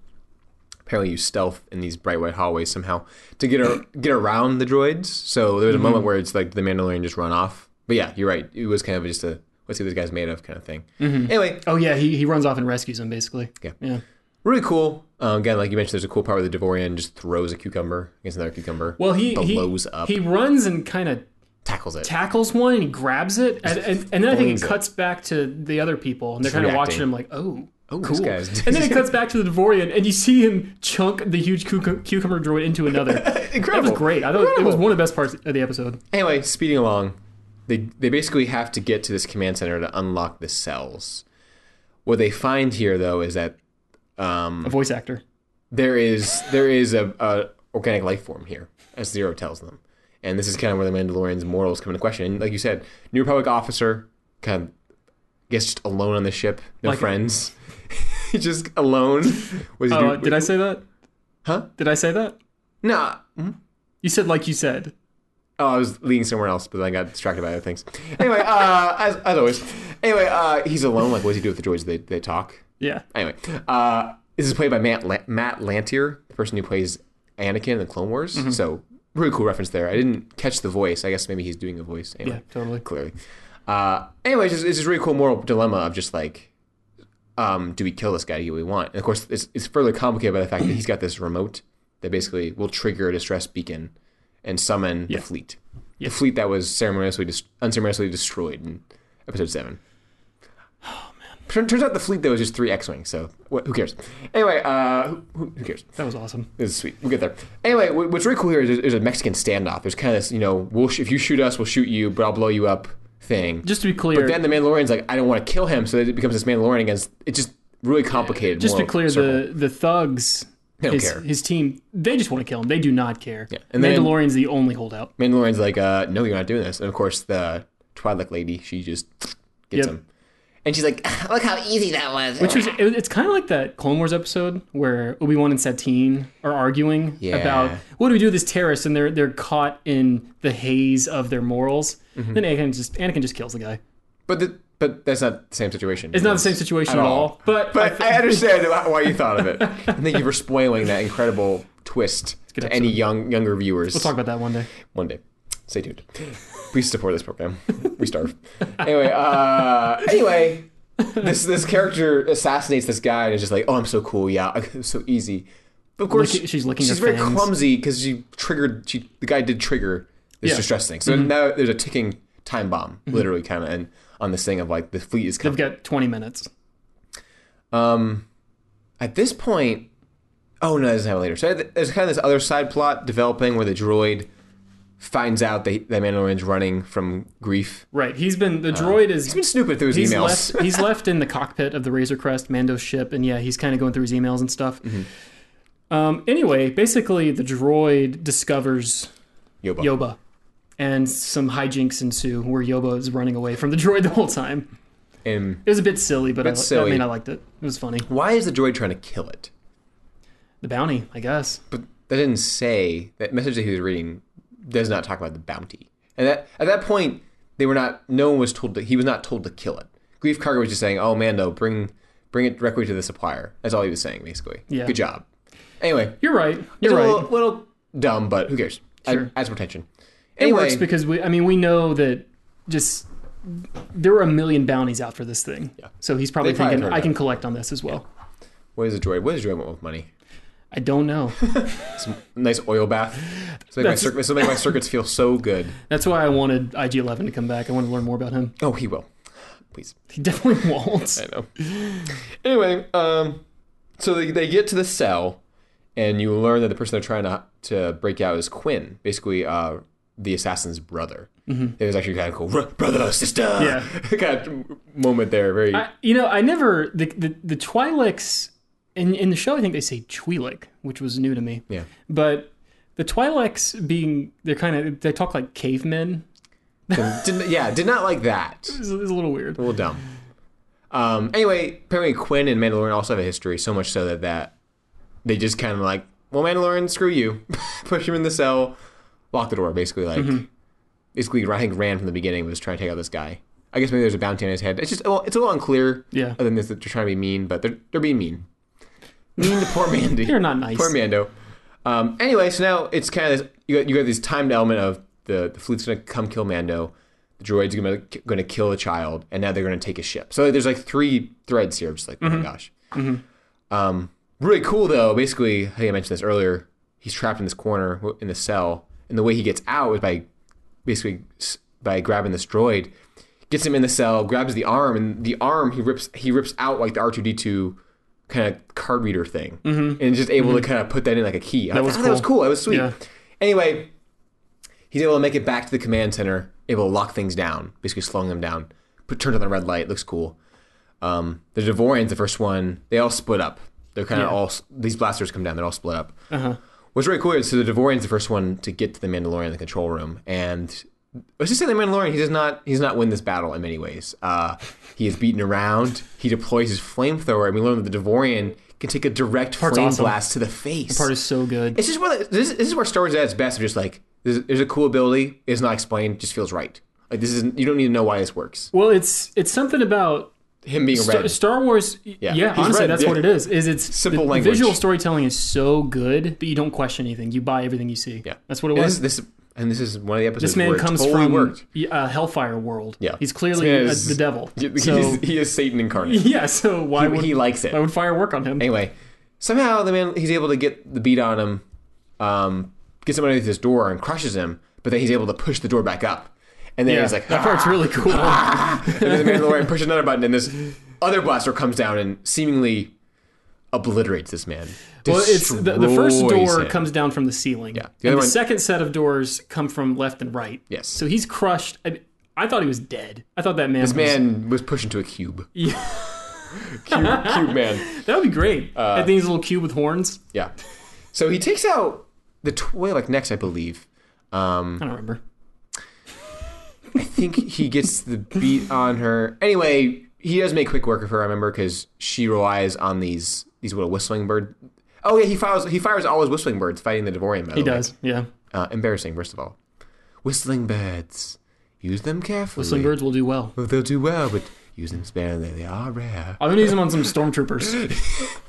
Speaker 8: apparently used stealth in these bright white hallways somehow to get ar- get around the droids. So there was a moment
Speaker 7: Mm-hmm.
Speaker 8: where it's like the Mandalorian just run off. But yeah, you're right. It was kind of just a let's see what this guy's made of kind of thing. Anyway,
Speaker 7: Oh yeah, he, he runs off and rescues him basically.
Speaker 8: Yeah.
Speaker 7: Yeah.
Speaker 8: really cool. Um, again, like you mentioned, there's a cool part where the Devorian just throws a cucumber against another cucumber.
Speaker 7: Well, he
Speaker 8: blows
Speaker 7: he,
Speaker 8: up,
Speaker 7: He runs and kind of
Speaker 8: tackles it.
Speaker 7: tackles one and he grabs it, and, and, and then I think
Speaker 8: Flings
Speaker 7: it
Speaker 8: it.
Speaker 7: cuts back to the other people, and they're
Speaker 8: Just
Speaker 7: kind of
Speaker 8: reacting.
Speaker 7: watching him like, oh.
Speaker 8: Oh, this
Speaker 7: cool.
Speaker 8: guy's-
Speaker 7: and then it cuts back to the Devorian, and you see him chunk the huge cucu- cucumber droid into another. That
Speaker 8: Incredible.
Speaker 7: was great. I thought it was
Speaker 8: Incredible.
Speaker 7: one of the best parts of the episode.
Speaker 8: Anyway, speeding along, they they basically have to get to this command center to unlock the cells. What they find here though is that um,
Speaker 7: A voice actor.
Speaker 8: there is there is a, a organic life form here, as Zero tells them, and this is kind of where the Mandalorian's morals come into question. And like you said, New Republic officer kind of gets just alone on the ship, no
Speaker 7: Like-
Speaker 8: friends, He's just alone. Was
Speaker 7: Oh, did I say that?
Speaker 8: Huh?
Speaker 7: Did I say that?
Speaker 8: No.
Speaker 7: You said like you said.
Speaker 8: Oh, I was leading somewhere else, but then I got distracted by other things. Anyway, uh, as, as always. Anyway, uh, he's alone. Like, what does he do with the droids? They they talk.
Speaker 7: Yeah.
Speaker 8: Anyway, uh, this is played by Matt, La- Matt Lantier, the person who plays Anakin in the Clone Wars.
Speaker 7: Mm-hmm.
Speaker 8: So, really cool reference there. I didn't catch the voice. I guess maybe he's doing a voice. Anyway,
Speaker 7: Yeah, totally.
Speaker 8: Clearly. Uh, anyway, it's just, it's just a really cool moral dilemma of just like, um, do we kill this guy? Do we want? And of course, it's, it's further complicated by the fact that he's got this remote that basically will trigger a distress beacon and summon
Speaker 7: Yeah.
Speaker 8: the fleet. The fleet that was ceremoniously dis- unceremoniously destroyed in episode seven.
Speaker 7: Oh,
Speaker 8: Tur- Turns out the fleet though is just three X-wing, so wh- who cares? Anyway, uh, who, who- who cares?
Speaker 7: That was awesome.
Speaker 8: This is sweet. We'll get there. Anyway, wh- what's really cool here is there's a Mexican standoff. There's kind of this, you know, we'll sh- if you shoot us, we'll shoot you, but I'll blow you up thing.
Speaker 7: Just to be clear,
Speaker 8: but then the Mandalorian's like, I don't want to kill him, so it becomes this Mandalorian against. It's just really complicated.
Speaker 7: just to be
Speaker 8: moral
Speaker 7: clear,
Speaker 8: circle.
Speaker 7: the, the thugs,
Speaker 8: don't
Speaker 7: his,
Speaker 8: care.
Speaker 7: his team, they just want to kill him. They do not care. Yeah.
Speaker 8: and then-
Speaker 7: Mandalorian's the only holdout.
Speaker 8: Mandalorian's like, uh, no, you're not doing this. And of course, the Twilight lady, she just
Speaker 7: Yep.
Speaker 8: gets him, and she's like, look how easy that was.
Speaker 7: Which was it, it's kind of like that Clone Wars episode where Obi Wan and Satine are arguing
Speaker 8: Yeah.
Speaker 7: about what do we do with this terrorist, and they're they're caught in the haze of their morals.
Speaker 8: Mm-hmm.
Speaker 7: Then Anakin just Anakin just kills the guy.
Speaker 8: but the, but that's not the same situation.
Speaker 7: It's not the same situation at, all. But, I
Speaker 8: But
Speaker 7: think-
Speaker 8: I understand wh- why you thought of it. And thank you for spoiling that incredible twist
Speaker 7: good
Speaker 8: to any young younger viewers.
Speaker 7: we'll talk about that one day.
Speaker 8: one day. Stay tuned. Please support this program. We starve. anyway, uh, anyway, this this character assassinates this guy and is just like, oh, I'm so cool, yeah, it's so easy. But of course,
Speaker 7: Licking- she's licking
Speaker 8: She's
Speaker 7: her
Speaker 8: very
Speaker 7: fangs.
Speaker 8: clumsy because she triggered. She the guy did trigger
Speaker 7: Yeah.
Speaker 8: this
Speaker 7: Mm-hmm.
Speaker 8: distress thing. So now there's a ticking time bomb, literally, kind of, and on this thing of like the fleet is coming.
Speaker 7: They've got 20 minutes.
Speaker 8: Um, at this point, oh no, that doesn't happen later. So there's kind of this other side plot developing where the droid finds out that that Mandalorian's running from grief.
Speaker 7: Right. He's been the droid is
Speaker 8: Uh, He's been snooping through his
Speaker 7: he's
Speaker 8: emails.
Speaker 7: left he's left in the cockpit of the Razor Crest Mando's ship, and yeah, he's kind of going through his emails and stuff.
Speaker 8: Mm-hmm.
Speaker 7: Um, anyway, basically, the droid discovers
Speaker 8: Yoba.
Speaker 7: Yoba. And some hijinks ensue where Yoba is running away from the droid the whole time.
Speaker 8: And
Speaker 7: It was a bit silly, but I,
Speaker 8: Bit
Speaker 7: I
Speaker 8: silly.
Speaker 7: mean, I liked it. It was funny.
Speaker 8: why is the droid trying to kill it?
Speaker 7: The bounty, I guess.
Speaker 8: But that didn't say that message that he was reading does not talk about the bounty. And that at that point, they were not. No one was told that he was not told to kill it. Grief Karga was just saying, "Oh, Mando, bring bring it directly to the supplier." That's all he was saying, basically.
Speaker 7: Yeah.
Speaker 8: Good job. Anyway,
Speaker 7: You're right. You're
Speaker 8: It's a
Speaker 7: right.
Speaker 8: little, little dumb, but who cares?
Speaker 7: Sure.
Speaker 8: I, adds retention.
Speaker 7: It
Speaker 8: Anyway,
Speaker 7: works because we. I mean, we know that just there were a million bounties out for this thing. Yeah. So he's probably
Speaker 8: They probably
Speaker 7: thinking,
Speaker 8: heard
Speaker 7: I can
Speaker 8: that.
Speaker 7: collect on this as well.
Speaker 8: what is a droid? What does a droid want with money?
Speaker 7: I don't know.
Speaker 8: nice oil bath. So make, my
Speaker 7: That's-
Speaker 8: circuits, so make my circuits feel so good.
Speaker 7: That's why I wanted IG Eleven to come back. I want to learn more about him.
Speaker 8: Oh, he will. Please.
Speaker 7: He definitely won't.
Speaker 8: I know. Anyway, um, so they, they get to the cell, and you learn that the person they're trying to to break out is Quinn, basically uh, the assassin's brother. It was actually kind of cool, "Bro- brother, sister,
Speaker 7: Mm-hmm. Yeah.
Speaker 8: kind of moment there. Very
Speaker 7: I, you know, I never the the, the Twi'leks in in the show. I think they say Twi'lek, which was new to me.
Speaker 8: yeah,
Speaker 7: But the Twi'leks being they're kind of they talk like cavemen
Speaker 8: did, yeah, did not like that.
Speaker 7: is, is a little weird.
Speaker 8: A little dumb. Um, anyway, apparently Quinn and Mandalorian also have a history, so much so that that they just kind of like, well, Mandalorian, screw you, push him in the cell, lock the door, basically. Like,
Speaker 7: Mm-hmm.
Speaker 8: basically, I think Rand from the beginning was trying to take out this guy. I guess maybe there's a bounty on his head. It's just, well, it's a little unclear.
Speaker 7: Yeah.
Speaker 8: Other than this, that they're trying to be mean, but they're they're being mean. Mean to poor Mandy.
Speaker 7: They're not nice.
Speaker 8: Poor Mando. Um, anyway, so now it's kind of this, you got you got this timed element of the the fleet's gonna come kill Mando, the droid's gonna gonna kill a child, and now they're gonna take a ship. So there's like three threads here. I'm just like,
Speaker 7: Mm-hmm.
Speaker 8: oh my gosh. Um, really cool though. Basically, I think I mentioned this earlier. He's trapped in this corner w- in the cell, and the way he gets out is by basically s- by grabbing this droid, gets him in the cell, grabs the arm, and the arm he rips he rips out like the R two D two kind of card reader thing, mm-hmm. and just able to kind of put that in like a key. That, I
Speaker 7: was
Speaker 8: thought, "Oh, that was
Speaker 7: cool.
Speaker 8: cool. That was sweet.
Speaker 7: Yeah.
Speaker 8: Anyway, he's able to make it back to the command center, able to lock things down, basically slowing them down. Put turns on the red light, looks cool. Um, the Devorans, the first one, they all split up. They're kind of
Speaker 7: Yeah. Uh-huh.
Speaker 8: all s- these blasters come down. They're all split up. What's really cool is so the Devorans the first one to get to the Mandalorian in the control room, and let's just say the Mandalorian he does not he does not win this battle in many ways. Uh, he is beaten around. He deploys his flamethrower, and we learn that the Devorian can take a direct
Speaker 7: Part's
Speaker 8: flame
Speaker 7: awesome.
Speaker 8: blast to the face.
Speaker 7: Part is so good.
Speaker 8: It's just one. Of, the- this, this is where Star Wars at its best. Of just like there's, there's a cool ability. It's not explained. Just feels right. Like this is you don't need to know why this works.
Speaker 7: Well, it's it's something about
Speaker 8: Him being
Speaker 7: Star,
Speaker 8: red.
Speaker 7: Star Wars.
Speaker 8: Yeah.
Speaker 7: Yeah,
Speaker 8: He's
Speaker 7: honestly,
Speaker 8: red,
Speaker 7: that's
Speaker 8: yeah.
Speaker 7: what it is. Is it's
Speaker 8: Simple
Speaker 7: the- the
Speaker 8: language.
Speaker 7: Visual storytelling is so good, but you don't question anything. You buy everything you see.
Speaker 8: yeah,
Speaker 7: that's what it
Speaker 8: And
Speaker 7: was. This,
Speaker 8: This, this and this is one of the episodes. where
Speaker 7: man
Speaker 8: it
Speaker 7: comes
Speaker 8: totally
Speaker 7: from
Speaker 8: worked.
Speaker 7: a Hellfire world.
Speaker 8: Yeah,
Speaker 7: he's
Speaker 8: This
Speaker 7: clearly
Speaker 8: man
Speaker 7: a-
Speaker 8: is-
Speaker 7: the devil.
Speaker 8: He, he
Speaker 7: so,
Speaker 8: is, he is Satan incarnate.
Speaker 7: yeah, so why
Speaker 8: He-
Speaker 7: would
Speaker 8: he likes it.
Speaker 7: Why would fire work on him?
Speaker 8: Anyway, somehow the man he's able to get the beat on him, um, gets him underneath his door and crushes him. But then he's able to push the door back up, and then
Speaker 7: yeah,
Speaker 8: he's like,
Speaker 7: that part's
Speaker 8: "Ah!"
Speaker 7: really cool.
Speaker 8: and then the Mandalorian pushes another button, and this other blaster comes down and seemingly obliterates this man.
Speaker 7: Well, it's the, the first
Speaker 8: Destroys
Speaker 7: door
Speaker 8: him.
Speaker 7: comes down from the ceiling. Yeah. The,
Speaker 8: The other
Speaker 7: and the
Speaker 8: one-
Speaker 7: second set of doors come from left and right.
Speaker 8: Yes.
Speaker 7: So he's crushed. I, I thought he was dead. I thought that man.
Speaker 8: This
Speaker 7: was,
Speaker 8: man was pushed into a cube.
Speaker 7: Yeah.
Speaker 8: cube, cube man.
Speaker 7: That would be great.
Speaker 8: uh,
Speaker 7: I think he's a little cube with horns.
Speaker 8: Yeah. So he takes out the toy like next, I believe. Um,
Speaker 7: I don't remember.
Speaker 8: think he gets the beat on her. Anyway, he does make quick work of her. I remember because she relies on these these little whistling bird. Oh yeah, he fires he fires all his whistling birds fighting the Devorian. by the
Speaker 7: He
Speaker 8: way.
Speaker 7: does. Yeah.
Speaker 8: Uh, embarrassing, first of all. Whistling birds, use them carefully.
Speaker 7: Whistling birds will do well.
Speaker 8: Well, they'll do well, but use them sparingly. They are rare.
Speaker 7: I'm gonna use them on some stormtroopers.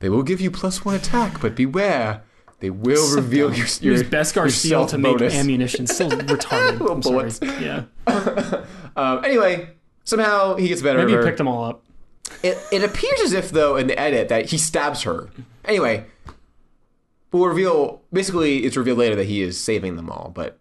Speaker 8: They will give you plus one attack, but beware. They will reveal your your
Speaker 7: Use Beskar steel
Speaker 8: your stealth
Speaker 7: to make
Speaker 8: bonus.
Speaker 7: ammunition. Still retarded.
Speaker 8: Little
Speaker 7: I'm sorry.
Speaker 8: bullets.
Speaker 7: Yeah.
Speaker 8: Um, anyway, somehow he gets better.
Speaker 7: Maybe
Speaker 8: at
Speaker 7: you
Speaker 8: her.
Speaker 7: picked them all up.
Speaker 8: it, it appears as if though in the edit that he stabs her anyway we'll reveal basically it's revealed later that he is saving them all but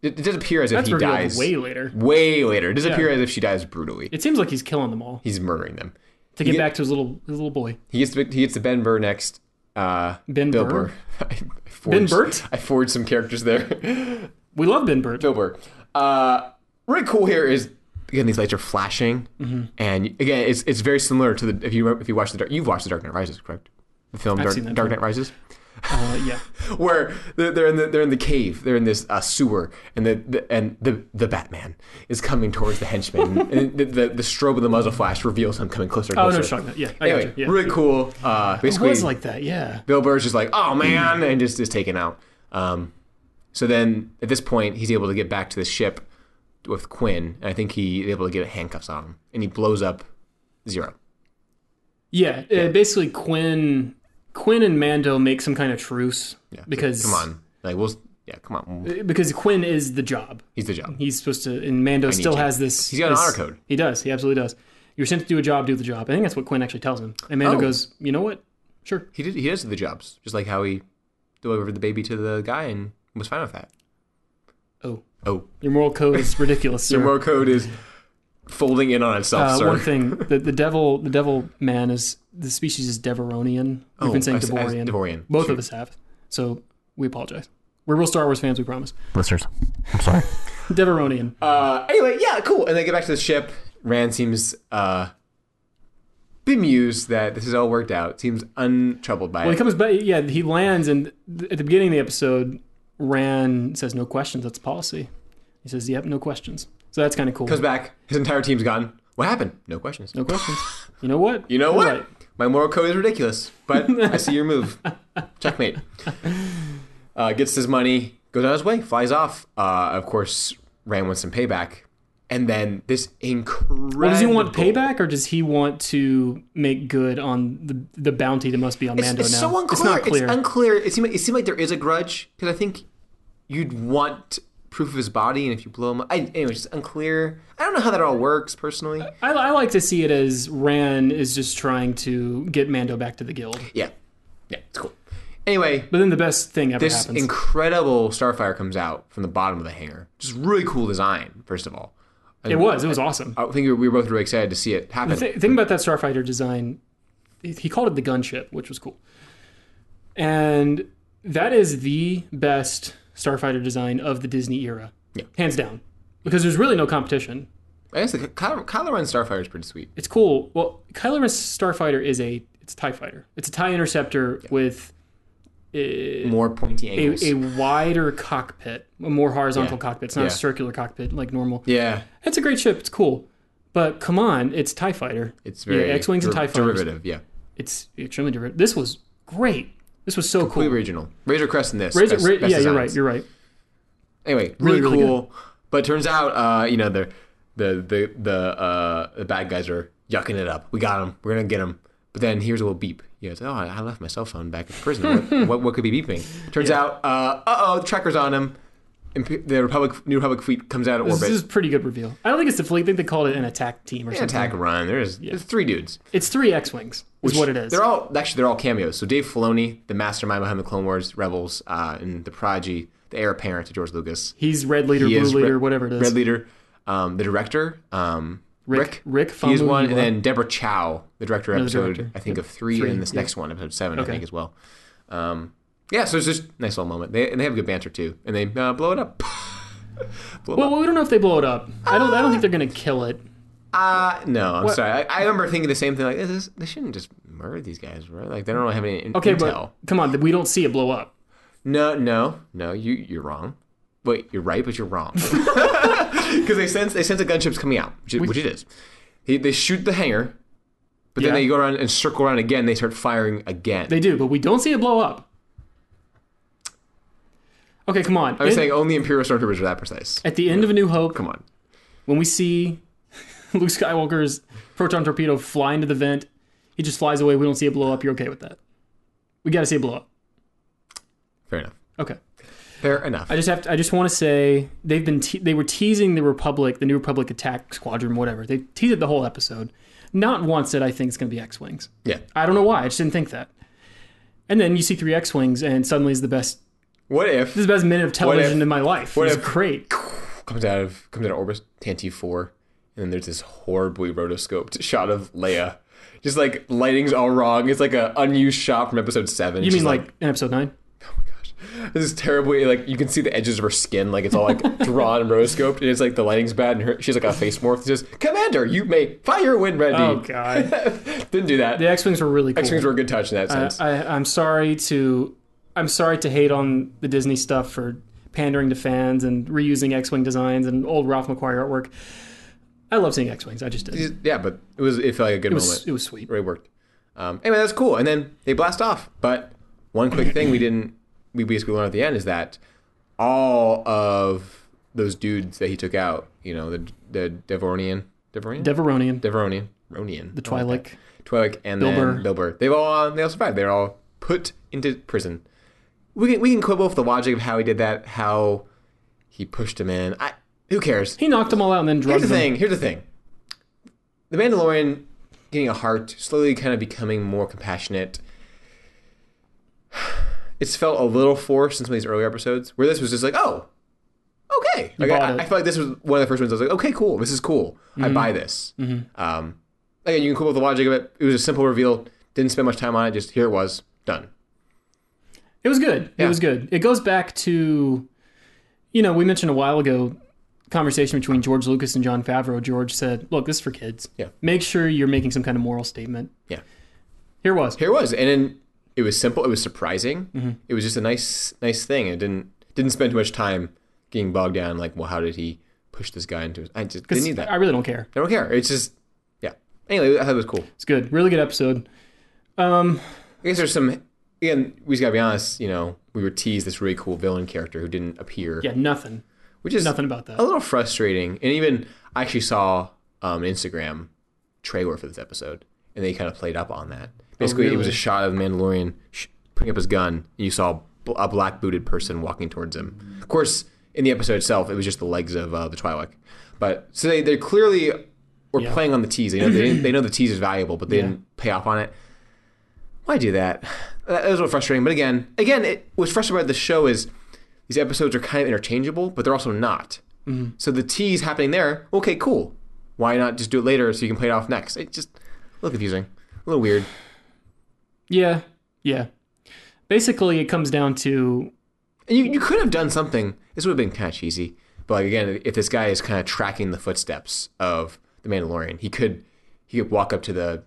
Speaker 8: it, it does appear as if
Speaker 7: That's
Speaker 8: he
Speaker 7: revealed
Speaker 8: dies
Speaker 7: way later.
Speaker 8: way later it does
Speaker 7: Yeah.
Speaker 8: appear as if she dies brutally
Speaker 7: It seems like he's killing them all
Speaker 8: he's murdering them
Speaker 7: to get
Speaker 8: get-
Speaker 7: back to his little his little boy.
Speaker 8: he gets to, he gets to ben burr next uh
Speaker 7: Ben
Speaker 8: bill
Speaker 7: Burr?
Speaker 8: burr I, I forged,
Speaker 7: Burt?
Speaker 8: i forged some characters there
Speaker 7: We love Ben Burt.
Speaker 8: Bill Burr. Uh, really cool here is again these lights are flashing,
Speaker 7: Mm-hmm.
Speaker 8: and again it's it's very similar to the if you remember, if you watch the dark you've watched the Dark Knight Rises correct the film Dark,
Speaker 7: seen that
Speaker 8: Dark
Speaker 7: film.
Speaker 8: Knight Rises
Speaker 7: Uh, yeah.
Speaker 8: where they're, they're in the they're in the cave they're in this uh, sewer and the, the and the the Batman is coming towards the henchman and the, the the strobe of the muzzle flash reveals him coming closer. And
Speaker 7: Oh
Speaker 8: closer.
Speaker 7: no, Shock. Yeah. I
Speaker 8: Anyway,
Speaker 7: got you. Yeah.
Speaker 8: really cool. Uh,
Speaker 7: it
Speaker 8: basically,
Speaker 7: was like that. Yeah.
Speaker 8: Bill Burr's just like, oh man, and just is taken out. Um, so then at this point, he's able to get back to the ship with Quinn, and I think he's able to get handcuffs on him, and he blows up Zero.
Speaker 7: Yeah, uh, basically Quinn, Quinn and Mando make some kind of truce
Speaker 8: Yeah,
Speaker 7: because
Speaker 8: come on, Like, we'll, yeah, come on.
Speaker 7: because Quinn is the job.
Speaker 8: He's the job.
Speaker 7: He's supposed to, and Mando still
Speaker 8: you.
Speaker 7: has this.
Speaker 8: He's got an
Speaker 7: this-
Speaker 8: honor code.
Speaker 7: He does. He absolutely does. You're sent to do a job, do the job. I think that's what Quinn actually tells him. And Mando
Speaker 8: Oh.
Speaker 7: goes, you know what? Sure.
Speaker 8: He did, he does the jobs, just like how he delivered the baby to the guy and was fine with that.
Speaker 7: Oh,
Speaker 8: Oh,
Speaker 7: your moral code is ridiculous, sir.
Speaker 8: your moral code is folding in on itself,
Speaker 7: uh,
Speaker 8: sir.
Speaker 7: one thing, the, the devil, the devil man is the species is Devoronian. We've
Speaker 8: Oh,
Speaker 7: been saying
Speaker 8: I s- I s-
Speaker 7: Devorian.
Speaker 8: Devorian.
Speaker 7: Both
Speaker 8: Shoot.
Speaker 7: of us have. So we apologize. We're real Star Wars fans. We promise.
Speaker 9: Listeners, I'm sorry.
Speaker 7: Devoronian.
Speaker 8: Uh, anyway, yeah, cool. And they get back to the ship. Rand seems uh, bemused that this has all worked out. Seems untroubled by
Speaker 7: Well,
Speaker 8: it.
Speaker 7: he comes back. Yeah, he lands, and th- at the beginning of the episode, Ran says, "No questions. That's policy." He says, "Yep, no questions." So that's kind of cool.
Speaker 8: comes back. His entire team's gone. What happened? No questions.
Speaker 7: No questions. You know what?
Speaker 8: You know
Speaker 7: You're
Speaker 8: what?
Speaker 7: right.
Speaker 8: My moral code is ridiculous, but I see your move. Checkmate. Uh, gets his money, goes on his way, flies off. Uh, of course, Rand wants some payback. And then this incredible.
Speaker 7: Well, does he want payback, or does he want to make good on the the bounty that must be on
Speaker 8: It's,
Speaker 7: Mando
Speaker 8: it's
Speaker 7: now?
Speaker 8: so unclear.
Speaker 7: It's not clear.
Speaker 8: unclear. It seemed like, it seemed like there is a grudge because I think you'd want proof of his body, and if you blow him, up, I, anyway, it's just unclear. I don't know how that all works personally.
Speaker 7: I, I like to see it as Ran is just trying to get Mando back to the guild.
Speaker 8: Yeah, yeah, it's cool. Anyway,
Speaker 7: But then the best thing ever
Speaker 8: this
Speaker 7: happens.
Speaker 8: incredible starfire comes out from the bottom of the hangar. Just really cool design, first of all. And
Speaker 7: it was. It was awesome.
Speaker 8: I think we were both really excited to see it happen.
Speaker 7: The th- thing about that starfighter design, he called it the gunship, which was cool. And that is the best starfighter design of the Disney era,
Speaker 8: Yeah.
Speaker 7: hands down, because there's really no competition.
Speaker 8: I guess the Kylo, Kylo Ren starfire is pretty sweet.
Speaker 7: It's cool. Well, Kylo Ren's starfighter is a it's a tie fighter. It's a tie interceptor with
Speaker 8: More pointy angles.
Speaker 7: a, a wider cockpit, a more horizontal
Speaker 8: Yeah.
Speaker 7: cockpit. It's not
Speaker 8: Yeah.
Speaker 7: a circular cockpit like normal.
Speaker 8: yeah,
Speaker 7: It's a great ship. It's cool. But come on, it's TIE fighter.
Speaker 8: it's very
Speaker 7: yeah, X-Wings and
Speaker 8: der-
Speaker 7: TIE fighters.
Speaker 8: derivative. Yeah,
Speaker 7: It's extremely derivative. This was great. This was so
Speaker 8: pretty
Speaker 7: Oh, cool.
Speaker 8: original. Razor Crest in this.
Speaker 7: Razor,
Speaker 8: Best-
Speaker 7: ra-
Speaker 8: best
Speaker 7: yeah, you're
Speaker 8: designs.
Speaker 7: right. You're right.
Speaker 8: Anyway, really,
Speaker 7: really
Speaker 8: cool. But turns out, uh, you know, the the the the uh, the bad guys are yucking it up. We got him. We're gonna get him. But then here's a little beep. You know, it's, oh, I I left my cell phone back at the prison. what, what what could be beeping? Turns out, uh oh, the tracker's on him. Imp- the Republic New Republic fleet comes out of
Speaker 7: This
Speaker 8: orbit.
Speaker 7: is a pretty good reveal. I don't think it's the fleet. I think they called it an attack team or
Speaker 8: An
Speaker 7: something.
Speaker 8: attack run. There's, there's three dudes.
Speaker 7: It's three X wings. Is what it is.
Speaker 8: They're all actually they're all cameos. So Dave Filoni, the mastermind behind the Clone Wars, Rebels, uh, and the Prodigy, the heir apparent to George Lucas.
Speaker 7: He's red leader,
Speaker 8: He
Speaker 7: blue
Speaker 8: is
Speaker 7: leader,
Speaker 8: Red-
Speaker 7: whatever it is.
Speaker 8: Red leader, um, the director, um,
Speaker 7: Rick-
Speaker 8: Rick.
Speaker 7: Rick
Speaker 8: He's one,
Speaker 7: Famuyiwa.
Speaker 8: and then Deborah Chow, the director of
Speaker 7: Another
Speaker 8: episode,
Speaker 7: director.
Speaker 8: I think of three,
Speaker 7: Three,
Speaker 8: and this
Speaker 7: yeah.
Speaker 8: next one, episode seven,
Speaker 7: Okay.
Speaker 8: I think as well. Um, yeah, so it's just a nice little moment. They and they have good banter too, and they uh, blow it up.
Speaker 7: Well, we don't know if they blow it up. I don't. I don't think they're gonna kill it.
Speaker 8: Uh, no, I'm sorry. I, I remember thinking the same thing. Like, this, is- they shouldn't just murder these guys, right? Like, they don't really have any in-
Speaker 7: Okay,
Speaker 8: intel.
Speaker 7: but come on, we don't see it blow up.
Speaker 8: No, no, no. You you're wrong. Wait, you're right, but you're wrong. Because they sense they sense a gunship's coming out, which, it- which it is. They, they shoot the hangar, but then
Speaker 7: Yeah.
Speaker 8: they go around and circle around again. They start firing again.
Speaker 7: They do, but we don't see it blow up. Okay, come on.
Speaker 8: I was
Speaker 7: In-
Speaker 8: saying only Imperial stormtroopers are that precise.
Speaker 7: at the end of A New Hope,
Speaker 8: Come on.
Speaker 7: when we see Luke Skywalker's proton torpedo fly into the vent, he just flies away. We don't see it blow up. You're okay with that? We got to see it blow up.
Speaker 8: Fair enough.
Speaker 7: Okay.
Speaker 8: Fair enough.
Speaker 7: I just have. To, I just want to say they've been. Te- they were teasing the Republic, the new Republic attack squadron, whatever. They teased it the whole episode. Not once did I think it's going to be X wings.
Speaker 8: yeah.
Speaker 7: I don't know why. I just didn't think that. And then you see three X wings, and suddenly is the best.
Speaker 8: What if
Speaker 7: This is the best minute of television in my life. What
Speaker 8: what
Speaker 7: it was
Speaker 8: if-
Speaker 7: great.
Speaker 8: comes out of comes out of orbit Tantive four, and then there's this horribly rotoscoped shot of Leia, just like lighting's all wrong. It's like a unused shot from episode seven.
Speaker 7: You
Speaker 8: She's
Speaker 7: mean like, in episode nine?
Speaker 8: This is terribly like you can see the edges of her skin, like it's all like drawn and rotoscoped, and it's like the lighting's bad, and her she's like a face morph. It says, "Commander, you may fire when ready."
Speaker 7: Oh god,
Speaker 8: Didn't do that.
Speaker 7: the X wings were really cool.
Speaker 8: X wings were a good touch in that
Speaker 7: I,
Speaker 8: sense.
Speaker 7: I, I'm sorry to I'm sorry to hate on the Disney stuff for pandering to fans and reusing X-wing designs and old Ralph McQuarrie artwork. I love seeing X-wings. I just did. It
Speaker 8: yeah, but it was it felt like a good
Speaker 7: was
Speaker 8: moment.
Speaker 7: it was sweet.
Speaker 8: really worked. Um, anyway, that's cool. And then they blast off. But one quick thing we didn't we basically learned at the end is that all of those dudes that he took out, you know, the the Devornian, Devornian,
Speaker 7: Deveronian,
Speaker 8: Devornian, Ronian, the
Speaker 7: Twi'lek.
Speaker 8: Twilight and
Speaker 7: Bill Burr.
Speaker 8: then Bill Burr. They've all they all survived. They're all put into prison. we can, we can quibble with the logic of how he did that, how he pushed him in. I, who cares?
Speaker 7: He knocked them all out and then drugged
Speaker 8: Here's the
Speaker 7: them.
Speaker 8: thing. Here's the thing. The Mandalorian getting a heart, slowly kind of becoming more compassionate. It's felt a little forced in some of these earlier episodes, where this was just like, oh, okay. Like,
Speaker 7: bought
Speaker 8: I,
Speaker 7: it. Mm-hmm.
Speaker 8: I feel like this was one of the first ones I was like, okay, cool. This is cool. I buy this. Um, again, you can quibble with the logic of it. It was a simple reveal. Didn't spend much time on it. Just here it was. Done.
Speaker 7: It was good. It
Speaker 8: Yeah.
Speaker 7: was good. It goes back to, you know, we mentioned a while ago conversation between George Lucas and John Favreau. George said, "Look, this is for kids.
Speaker 8: Yeah.
Speaker 7: Make sure you're making some kind of moral statement."
Speaker 8: Yeah.
Speaker 7: Here it was.
Speaker 8: Here it was, and then it was simple. It was surprising. It was just a nice, nice thing. It didn't didn't spend too much time getting bogged down. Like, well, how did he push this guy into? His, I just didn't need that.
Speaker 7: I
Speaker 8: I
Speaker 7: really don't care.
Speaker 8: don't care. It's just, yeah. Anyway, I thought it was cool.
Speaker 7: It's good. Really good episode. Um,
Speaker 8: I guess there's some. Again, we just gotta be honest. You know, we were teased this really cool villain character who didn't appear,
Speaker 7: yeah, nothing.
Speaker 8: which is
Speaker 7: Nothing about
Speaker 8: a
Speaker 7: that.
Speaker 8: little frustrating. And even I actually saw um, an Instagram trailer for this episode, and they kind of played up on that. Basically, it was
Speaker 7: Oh, really?
Speaker 8: a shot of the Mandalorian sh- putting up his gun, and you saw bl- a black booted person walking towards him. Of course, in the episode itself, it was just the legs of uh, the Twi'lek. But so they they clearly were
Speaker 7: Yeah.
Speaker 8: playing on the tease. They know they, didn't- they know the tease is valuable, but they didn't pay off on it. Why do that? That that was a little frustrating. But again, again, it was frustrating about the show is these episodes are kind of interchangeable, but they're also not.
Speaker 7: Mm-hmm.
Speaker 8: So the tease happening there, okay, cool. Why not just do it later so you can play it off next? It just a little confusing, a little weird.
Speaker 7: Yeah, yeah. Basically, it comes down to
Speaker 8: And you, you could have done something. This would have been kind of cheesy. But like again, if this guy is kind of tracking the footsteps of the Mandalorian, he could he could walk up to the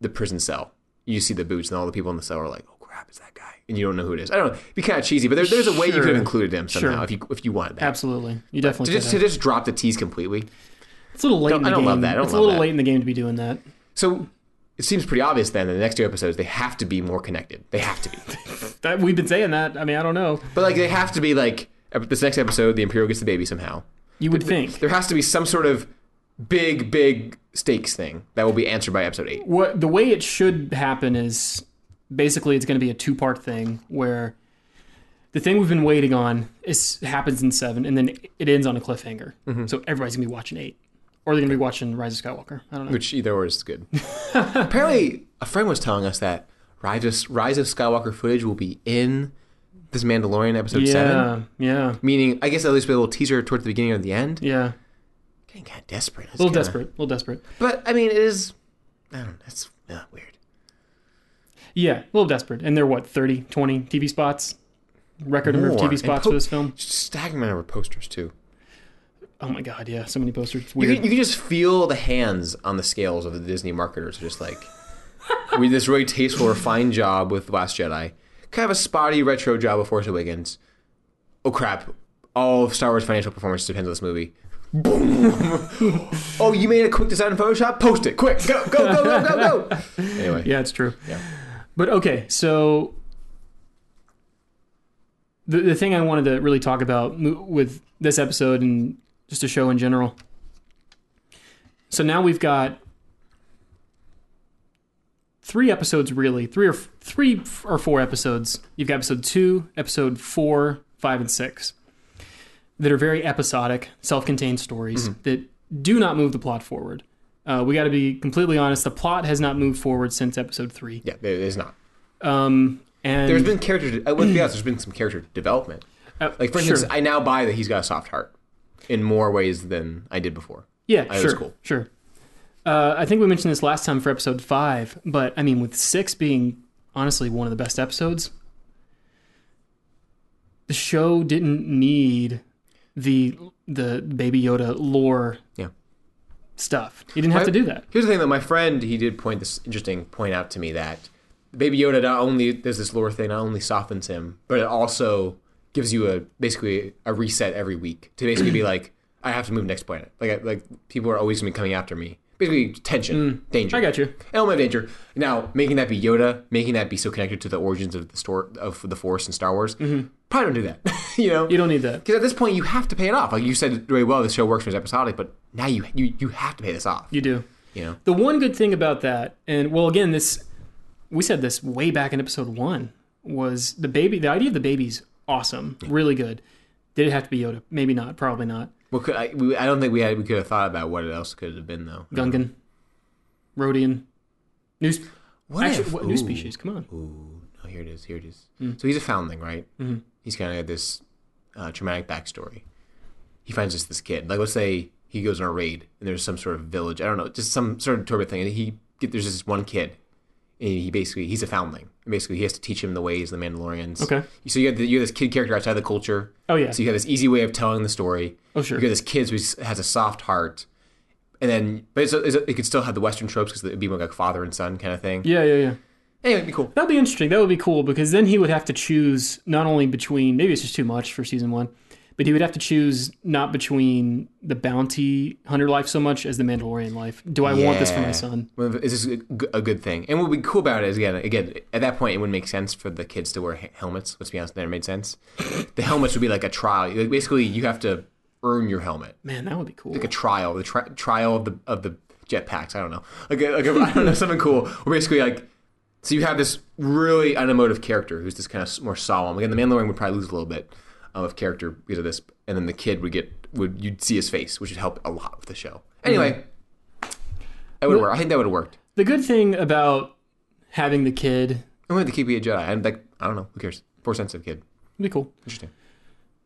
Speaker 8: the prison cell. You see the boots, and all the people in the cell are like, "Oh crap, it's that guy," and you don't know who it is. I don't know. It'd be kind of cheesy, but there, there's a way you could
Speaker 7: Sure.
Speaker 8: have included him somehow
Speaker 7: Sure.
Speaker 8: if you if you wanted that.
Speaker 7: absolutely. You
Speaker 8: To
Speaker 7: definitely.
Speaker 8: just
Speaker 7: could
Speaker 8: to
Speaker 7: have.
Speaker 8: just drop the tease completely.
Speaker 7: it's a little late.
Speaker 8: don't-
Speaker 7: in the
Speaker 8: I don't
Speaker 7: game.
Speaker 8: love that. I don't
Speaker 7: it's a
Speaker 8: love
Speaker 7: little
Speaker 8: that.
Speaker 7: late in the game to be doing that.
Speaker 8: So it seems pretty obvious then that the next two episodes they have to be more connected. They have to be.
Speaker 7: That we've been saying that. I mean, I don't know.
Speaker 8: but like they have to be like ep- this next episode, the Imperial gets the baby somehow.
Speaker 7: You would think.
Speaker 8: There has to be some sort of big, big stakes thing that will be answered by episode eight.
Speaker 7: what the way it should happen is basically it's going to be a two part thing where the thing we've been waiting on is happens in seven and then it ends on a cliffhanger.
Speaker 8: Mm-hmm.
Speaker 7: So everybody's gonna be watching eight, or they're gonna be watching Rise of Skywalker. I don't know.
Speaker 8: Which either or is good. Apparently, a friend was telling us that Rise of, Rise of Skywalker footage will be in this Mandalorian episode seven.
Speaker 7: Yeah, yeah,
Speaker 8: Meaning, I guess at least be a little teaser towards the beginning or the end.
Speaker 7: yeah. A
Speaker 8: Getting kind of desperate. It's
Speaker 7: little
Speaker 8: kinda-
Speaker 7: desperate, a little desperate.
Speaker 8: But I mean, it is. I don't know. That's uh, weird.
Speaker 7: Yeah, a little desperate. And they're what 30, 20 TV spots, record number of
Speaker 8: More.
Speaker 7: TV
Speaker 8: And
Speaker 7: spots
Speaker 8: po-
Speaker 7: for this film.
Speaker 8: Staggering number of posters too.
Speaker 7: Oh my god, yeah, so many posters. It's
Speaker 8: You
Speaker 7: weird.
Speaker 8: can, you can just feel the hands on the scales of the Disney marketers, just like we did this really tasteful, refined job with Last Jedi, kind of a spotty retro job with Force Awakens. Oh crap! All of Star Wars financial performance depends on this movie. Boom! oh, you made a quick design in Photoshop? Post it quick! Go go go go go go! Anyway,
Speaker 7: Yeah, it's true. But okay, so the the thing I wanted to really talk about mo- with this episode and just a show in general. So now we've got three episodes really, three or f- three f- or four episodes. You've got episode 2, episode 4, 5 and 6 that are very episodic, self-contained stories
Speaker 8: Mm-hmm.
Speaker 7: that do not move the plot forward. Uh, we got to be completely honest. The plot has not moved forward since episode three.
Speaker 8: yeah, there- there's not.
Speaker 7: Um, and
Speaker 8: There's been character. I let's be honest. There's been some character development.
Speaker 7: uh,
Speaker 8: Like for
Speaker 7: sure.
Speaker 8: instance, I now buy that he's got a soft heart in more ways than I did before.
Speaker 7: yeah,
Speaker 8: I was
Speaker 7: sure,
Speaker 8: Oh, cool.
Speaker 7: sure. Uh, I think we mentioned this last time for episode five, but I mean, with six being honestly one of the best episodes, the show didn't need the the Baby Yoda lore
Speaker 8: Yeah.
Speaker 7: stuff. You didn't have to do that.
Speaker 8: Here's the thing, though. My friend, he did point this interesting point out to me that Baby Yoda not only does this lore thing, not only softens him, but it also gives you a basically a reset every week to basically be like, I have to move next planet. Like, I, like people are always gonna be coming after me. Basically, tension, danger.
Speaker 7: Mm, I got you.
Speaker 8: Element of danger. Now, making that be Yoda, making that be so connected to the origins of the store of the Force in Star Wars. Probably don't do that. you know,
Speaker 7: Mm-hmm. You don't need that.
Speaker 8: because at this point you have to pay it off. Like you said very well, this show works when it's episodic, but now you you, you have to pay this off.
Speaker 7: You do.
Speaker 8: you know.
Speaker 7: The one good thing about that, and well, again, this we said this way back in episode one. was the baby. The idea of the baby's awesome, really good. Did it have to be Yoda? Maybe not. Probably not.
Speaker 8: Well, could I, we, I don't think we had we could have thought about what else could have been though.
Speaker 7: Gungan, Rodian, new. sp-
Speaker 8: What
Speaker 7: actually,
Speaker 8: if-
Speaker 7: what new
Speaker 8: ooh.
Speaker 7: species? Come on. Mm.
Speaker 8: Ooh, oh, here it is. Here it is. So he's a foundling, right? Mm-hmm. He's kind of got this uh, traumatic backstory. He finds just this kid. Like, let's say he goes on a raid and there's some sort of village. I don't know, just some sort of turbid thing. And he get, there's this one kid, and he basically he's a foundling. And basically, he has to teach him the ways of the Mandalorians.
Speaker 7: Okay.
Speaker 8: So you have the, you have this kid character outside the culture.
Speaker 7: Oh, yeah.
Speaker 8: So you have this easy way of telling the story.
Speaker 7: Oh, sure.
Speaker 8: You got this kid who has a soft heart. And then, but it's, it's, it could still have the Western tropes because it'd be more like father and son kind of thing.
Speaker 7: Yeah, yeah, yeah.
Speaker 8: Anyway, it'd be cool.
Speaker 7: That'd be interesting. That would be cool because then he would have to choose not only between maybe it's just too much for season one, but he would have to choose not between the bounty hunter life so much as the Mandalorian life. Do I want this for my
Speaker 8: Yeah.
Speaker 7: son?
Speaker 8: Well, This is a g- a good thing. And what would be cool about it is, again, again, at that point, it wouldn't make sense for the kids to wear he- helmets. Let's be honest, never made sense. The helmets would be like a trial. Like, basically, you have to earn your helmet,
Speaker 7: Man, that would be cool.
Speaker 8: like a trial, the tri- trial of the of the jetpacks. I don't know, like, a, like a, I don't know something cool. Or basically, like, so you have this really unemotive character who's this kind of more solemn. Again, the Mandalorian would probably lose a little bit um, of character because of this, and then the kid would get would you'd see his face, which would help a lot with the show. Anyway, that would work. I think that would have worked.
Speaker 7: the good thing about having the kid would
Speaker 8: I wanted to keep be a Jedi. And like, I don't know. Who cares? Force sensitive kid.
Speaker 7: be cool.
Speaker 8: Interesting.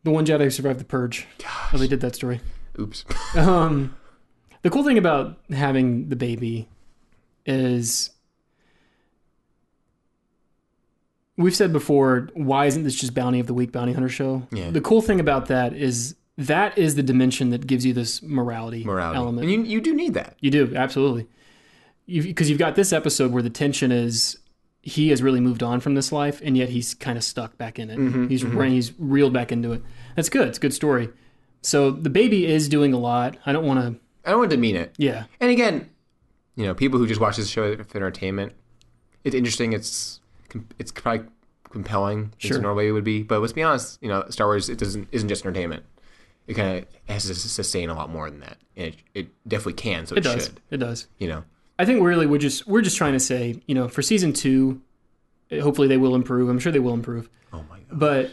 Speaker 7: The one Jedi who survived the purge. Oh, they did that story.
Speaker 8: Oops.
Speaker 7: Um, the cool thing about having the baby is we've said before, why isn't this just Bounty of the Week, Bounty Hunter show?
Speaker 8: Yeah.
Speaker 7: The cool thing about that is that is the dimension that gives you this morality,
Speaker 8: Morality.
Speaker 7: element.
Speaker 8: And you, you do need that.
Speaker 7: You do absolutely, because you've got this episode where the tension is he has really moved on from this life, and yet he's kind of stuck back in it. he's re- he's reeled back into it. That's good. It's a good story. So the baby is doing a lot. I don't want to.
Speaker 8: I don't want to demean it.
Speaker 7: Yeah,
Speaker 8: And again, you know, people who just watch this show for entertainment, it's interesting. It's com- it's probably compelling.
Speaker 7: Sure.
Speaker 8: As Norway would be, but let's be honest. You know, Star Wars it doesn't isn't just entertainment. It kind of has to sustain a lot more than that, and it, it definitely can. So it,
Speaker 7: it does.
Speaker 8: should.
Speaker 7: It does.
Speaker 8: You know.
Speaker 7: I think really we're just we're just trying to say you know for season two, eh, hopefully they will improve. I'm sure they will improve.
Speaker 8: Oh my god.
Speaker 7: but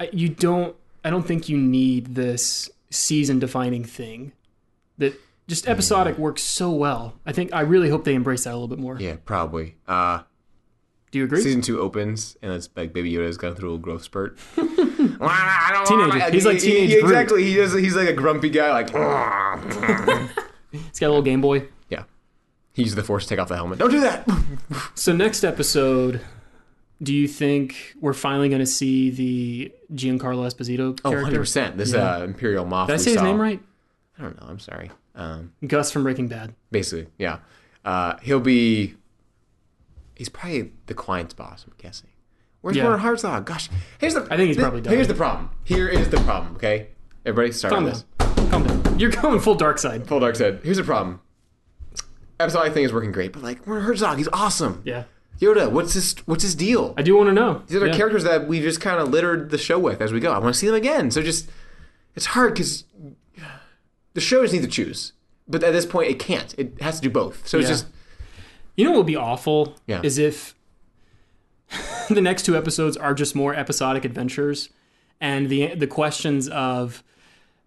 Speaker 7: I, you don't i don't think you need this season defining thing that just episodic works so well i think i really hope they embrace that a little bit more
Speaker 8: Yeah, probably. Uh,
Speaker 7: do you agree
Speaker 8: season two opens and it's like Baby Yoda's gone through a little growth spurt. I don't wanna-
Speaker 7: Teenager. He's like
Speaker 8: he- he-
Speaker 7: teenage Groot.
Speaker 8: exactly. He does. He's like a grumpy guy. Like
Speaker 7: it's got a little game boy
Speaker 8: yeah. He uses the force to take off the helmet. Don't do that.
Speaker 7: so next episode do you think we're finally going to see the giancarlo esposito
Speaker 8: Oh,
Speaker 7: character
Speaker 8: 100 percent. This uh, Imperial Moth.
Speaker 7: did i
Speaker 8: we
Speaker 7: say his
Speaker 8: saw-
Speaker 7: name right
Speaker 8: I don't know. I'm sorry. Um,
Speaker 7: gus from breaking bad
Speaker 8: basically, yeah. Uh, he'll be. He's probably the client's boss. I'm guessing. Where's
Speaker 7: Yeah.
Speaker 8: Werner Herzog? Gosh, here's the.
Speaker 7: I think he's
Speaker 8: thi-
Speaker 7: probably done.
Speaker 8: Here's the problem. Here is the problem. Okay, everybody, start
Speaker 7: calm
Speaker 8: on
Speaker 7: down
Speaker 8: this.
Speaker 7: calm down you're going full dark side
Speaker 8: Full Dark said, "Here's the problem. Episodic thing is working great, but like Werner Herzog, he's awesome.
Speaker 7: yeah
Speaker 8: Yoda, what's his what's his deal?
Speaker 7: i do want to know
Speaker 8: These other
Speaker 7: Yeah.
Speaker 8: characters that we just kind of littered the show with as we go. I want to see them again. So just it's hard because the show just needs to choose, but at this point it can't. It has to do both. So it's
Speaker 7: Yeah.
Speaker 8: just
Speaker 7: You know what would be awful?
Speaker 8: Yeah.
Speaker 7: Is if the next two episodes are just more episodic adventures and the the questions of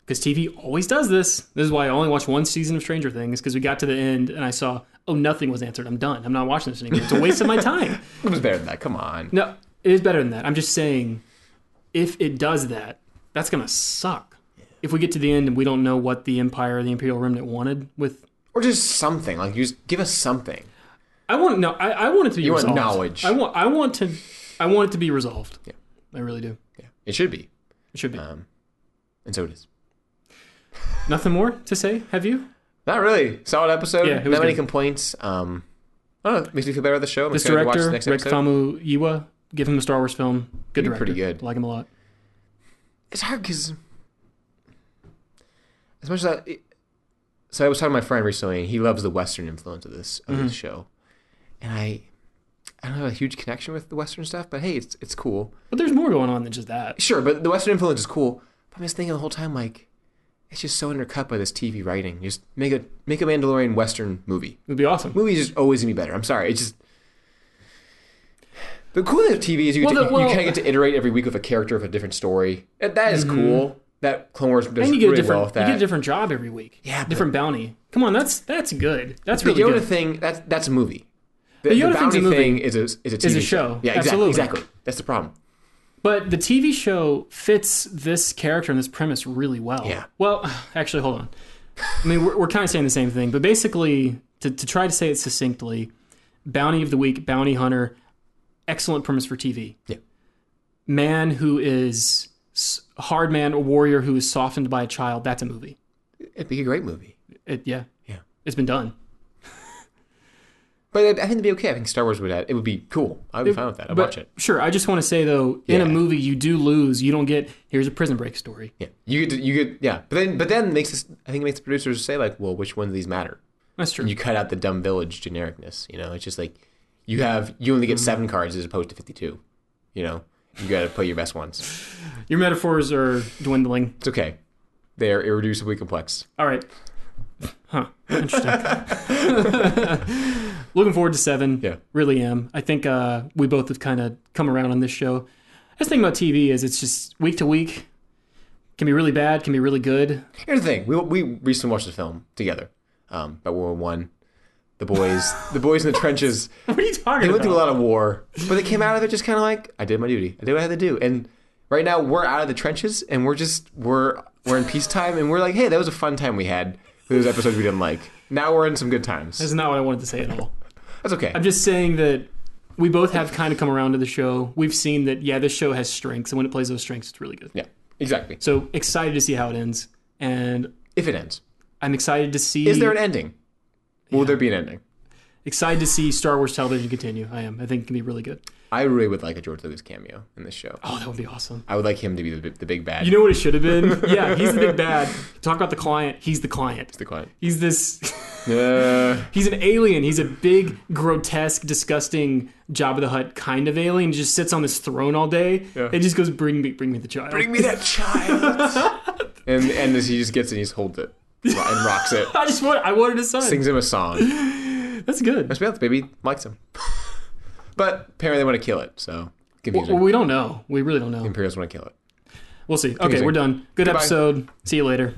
Speaker 7: because TV always does this. This is why I only watched one season of Stranger Things because we got to the end and I saw, oh, nothing was answered. I'm done. I'm not watching this anymore. It's a waste of my time.
Speaker 8: it was better than that. Come on.
Speaker 7: No, it is better than that. I'm just saying, if it does that, that's gonna suck. If we get to the end and we don't know what the Empire, the Imperial Remnant wanted with
Speaker 8: Or just something like you just give us something.
Speaker 7: I want no. I, I want it to be.
Speaker 8: You want
Speaker 7: resolved.
Speaker 8: knowledge.
Speaker 7: I want. I want to. I want it to be resolved. Yeah, I really do.
Speaker 8: Yeah, it should be, Um,
Speaker 7: It should be.
Speaker 8: Uh, and so it is.
Speaker 7: Nothing more to say. Have you?
Speaker 8: Not really solid episode.
Speaker 7: Yeah, it was
Speaker 8: not many
Speaker 7: good.
Speaker 8: complaints. Um, I don't know. Makes me feel better about the show. I'm
Speaker 7: This
Speaker 8: excited to watch
Speaker 7: director,
Speaker 8: the next
Speaker 7: Rick
Speaker 8: episode.
Speaker 7: Famu Iwa, give him a Star Wars film. Good
Speaker 8: He'd be
Speaker 7: director.
Speaker 8: pretty good.
Speaker 7: Like him a lot.
Speaker 8: it's hard because as much as I, so I was talking to my friend recently, and he loves the Western influence of this of this show, and I, I don't have a huge connection with the Western stuff, but hey, it's it's cool,
Speaker 7: But there's more going on than just that.
Speaker 8: sure. But the Western influence is cool. But I'm just thinking the whole time like, it's just so undercut by this TV writing. Just make a make a Mandalorian Western movie.
Speaker 7: It would be awesome.
Speaker 8: Movies just always gonna be better. I'm sorry, it's just The cool thing with TV is you,
Speaker 7: Well,
Speaker 8: get to-
Speaker 7: the-
Speaker 8: you
Speaker 7: well-
Speaker 8: kind of get to iterate every week with a character of a different story. That that is cool. That Clone Wars does
Speaker 7: Mm-hmm. and you get
Speaker 8: really
Speaker 7: a different
Speaker 8: well with that.
Speaker 7: you get a different job every week.
Speaker 8: Yeah, but-
Speaker 7: different bounty. Come on, that's that's good. That's
Speaker 8: the
Speaker 7: really
Speaker 8: Yoda
Speaker 7: good.
Speaker 8: thing that's that's a movie. The,
Speaker 7: Yoda thing's
Speaker 8: bounty
Speaker 7: a movie.
Speaker 8: thing is a is a, TV
Speaker 7: show.
Speaker 8: Yeah, exactly.
Speaker 7: Absolutely.
Speaker 8: Exactly. That's the problem.
Speaker 7: But the TV show fits this character and this premise really well.
Speaker 8: Yeah.
Speaker 7: Well, actually, hold on. I mean, we're, we're kind of saying the same thing, but basically, to, to try to say it succinctly, bounty of the week, bounty hunter, excellent premise for TV.
Speaker 8: Yeah.
Speaker 7: Man who is s- hard man, a warrior who is softened by a child. That's a movie.
Speaker 8: It'd be a great movie.
Speaker 7: It, yeah.
Speaker 8: Yeah.
Speaker 7: It's been done.
Speaker 8: But I I think it'd be okay. I think Star Wars would add. It would be cool. I'd be fine with that. I'd
Speaker 7: But
Speaker 8: watch it.
Speaker 7: sure, I just want to say though, in a
Speaker 8: Yeah.
Speaker 7: movie, you do lose. You don't get here's a prison break story.
Speaker 8: Yeah. You get to, you get yeah. But then but then it makes us I think it makes the producers say like, well, which ones of these matter?
Speaker 7: That's true.
Speaker 8: You cut out the dumb village genericness. You know, it's just like you have you only get seven cards as opposed to fifty two. You know, you got to play your best ones.
Speaker 7: Your metaphors are dwindling.
Speaker 8: It's okay. They are irreducibly complex.
Speaker 7: All right. Huh. Interesting. Looking forward to seven.
Speaker 8: Yeah.
Speaker 7: Really am. I think uh, we both have kind of come around on this show. That's the thing about TV is it's just week to week. Can be really bad, can be really good.
Speaker 8: Here's the thing: we we recently watched the film together, um, about World War One. The boys, the boys in the trenches.
Speaker 7: What are you talking
Speaker 8: They went
Speaker 7: about?
Speaker 8: through a lot of war, but they came out of it just kind of like I did my duty. I did what I had to do. And right now we're out of the trenches, and we're just we're we're in peacetime, and we're like, hey, that was a fun time we had. for Those episodes we didn't like. Now we're in some good times.
Speaker 7: That's not what I wanted to say at all.
Speaker 8: That's okay.
Speaker 7: I'm just saying that we both have kind of come around to the show. We've seen that, yeah, this show has strengths, and when it plays those strengths, it's really good.
Speaker 8: yeah, exactly. So
Speaker 7: So excited to see how it ends. And
Speaker 8: if it ends,
Speaker 7: I'm excited to see.
Speaker 8: is there an ending? Will there be an ending?
Speaker 7: excited to see Star Wars television continue? I am. I think it can be really good.
Speaker 8: I really would like a George Lucas cameo in this show.
Speaker 7: Oh, that would be awesome.
Speaker 8: I would like him to be the, the big bad.
Speaker 7: You know what it should have been? Yeah, he's the big bad. Talk about the client. He's the client.
Speaker 8: the client.
Speaker 7: He's this.
Speaker 8: Uh,
Speaker 7: He's an alien. He's a big, grotesque, disgusting Jabba the Hutt kind of alien. He just sits on this throne all day. It just goes, bring me, bring me the child.
Speaker 8: Bring me that child. and and as he just gets it, he just holds it and rocks it.
Speaker 7: I just want. I wanted a son.
Speaker 8: Sings him a song.
Speaker 7: That's good.
Speaker 8: Must be honest, baby likes him. But apparently they want to kill it, so confusing.
Speaker 7: Well, we don't know. We really don't know.
Speaker 8: Imperials want to kill it.
Speaker 7: We'll see. Okay,
Speaker 8: Confusing.
Speaker 7: we're done. Good
Speaker 8: Goodbye.
Speaker 7: episode. See you later.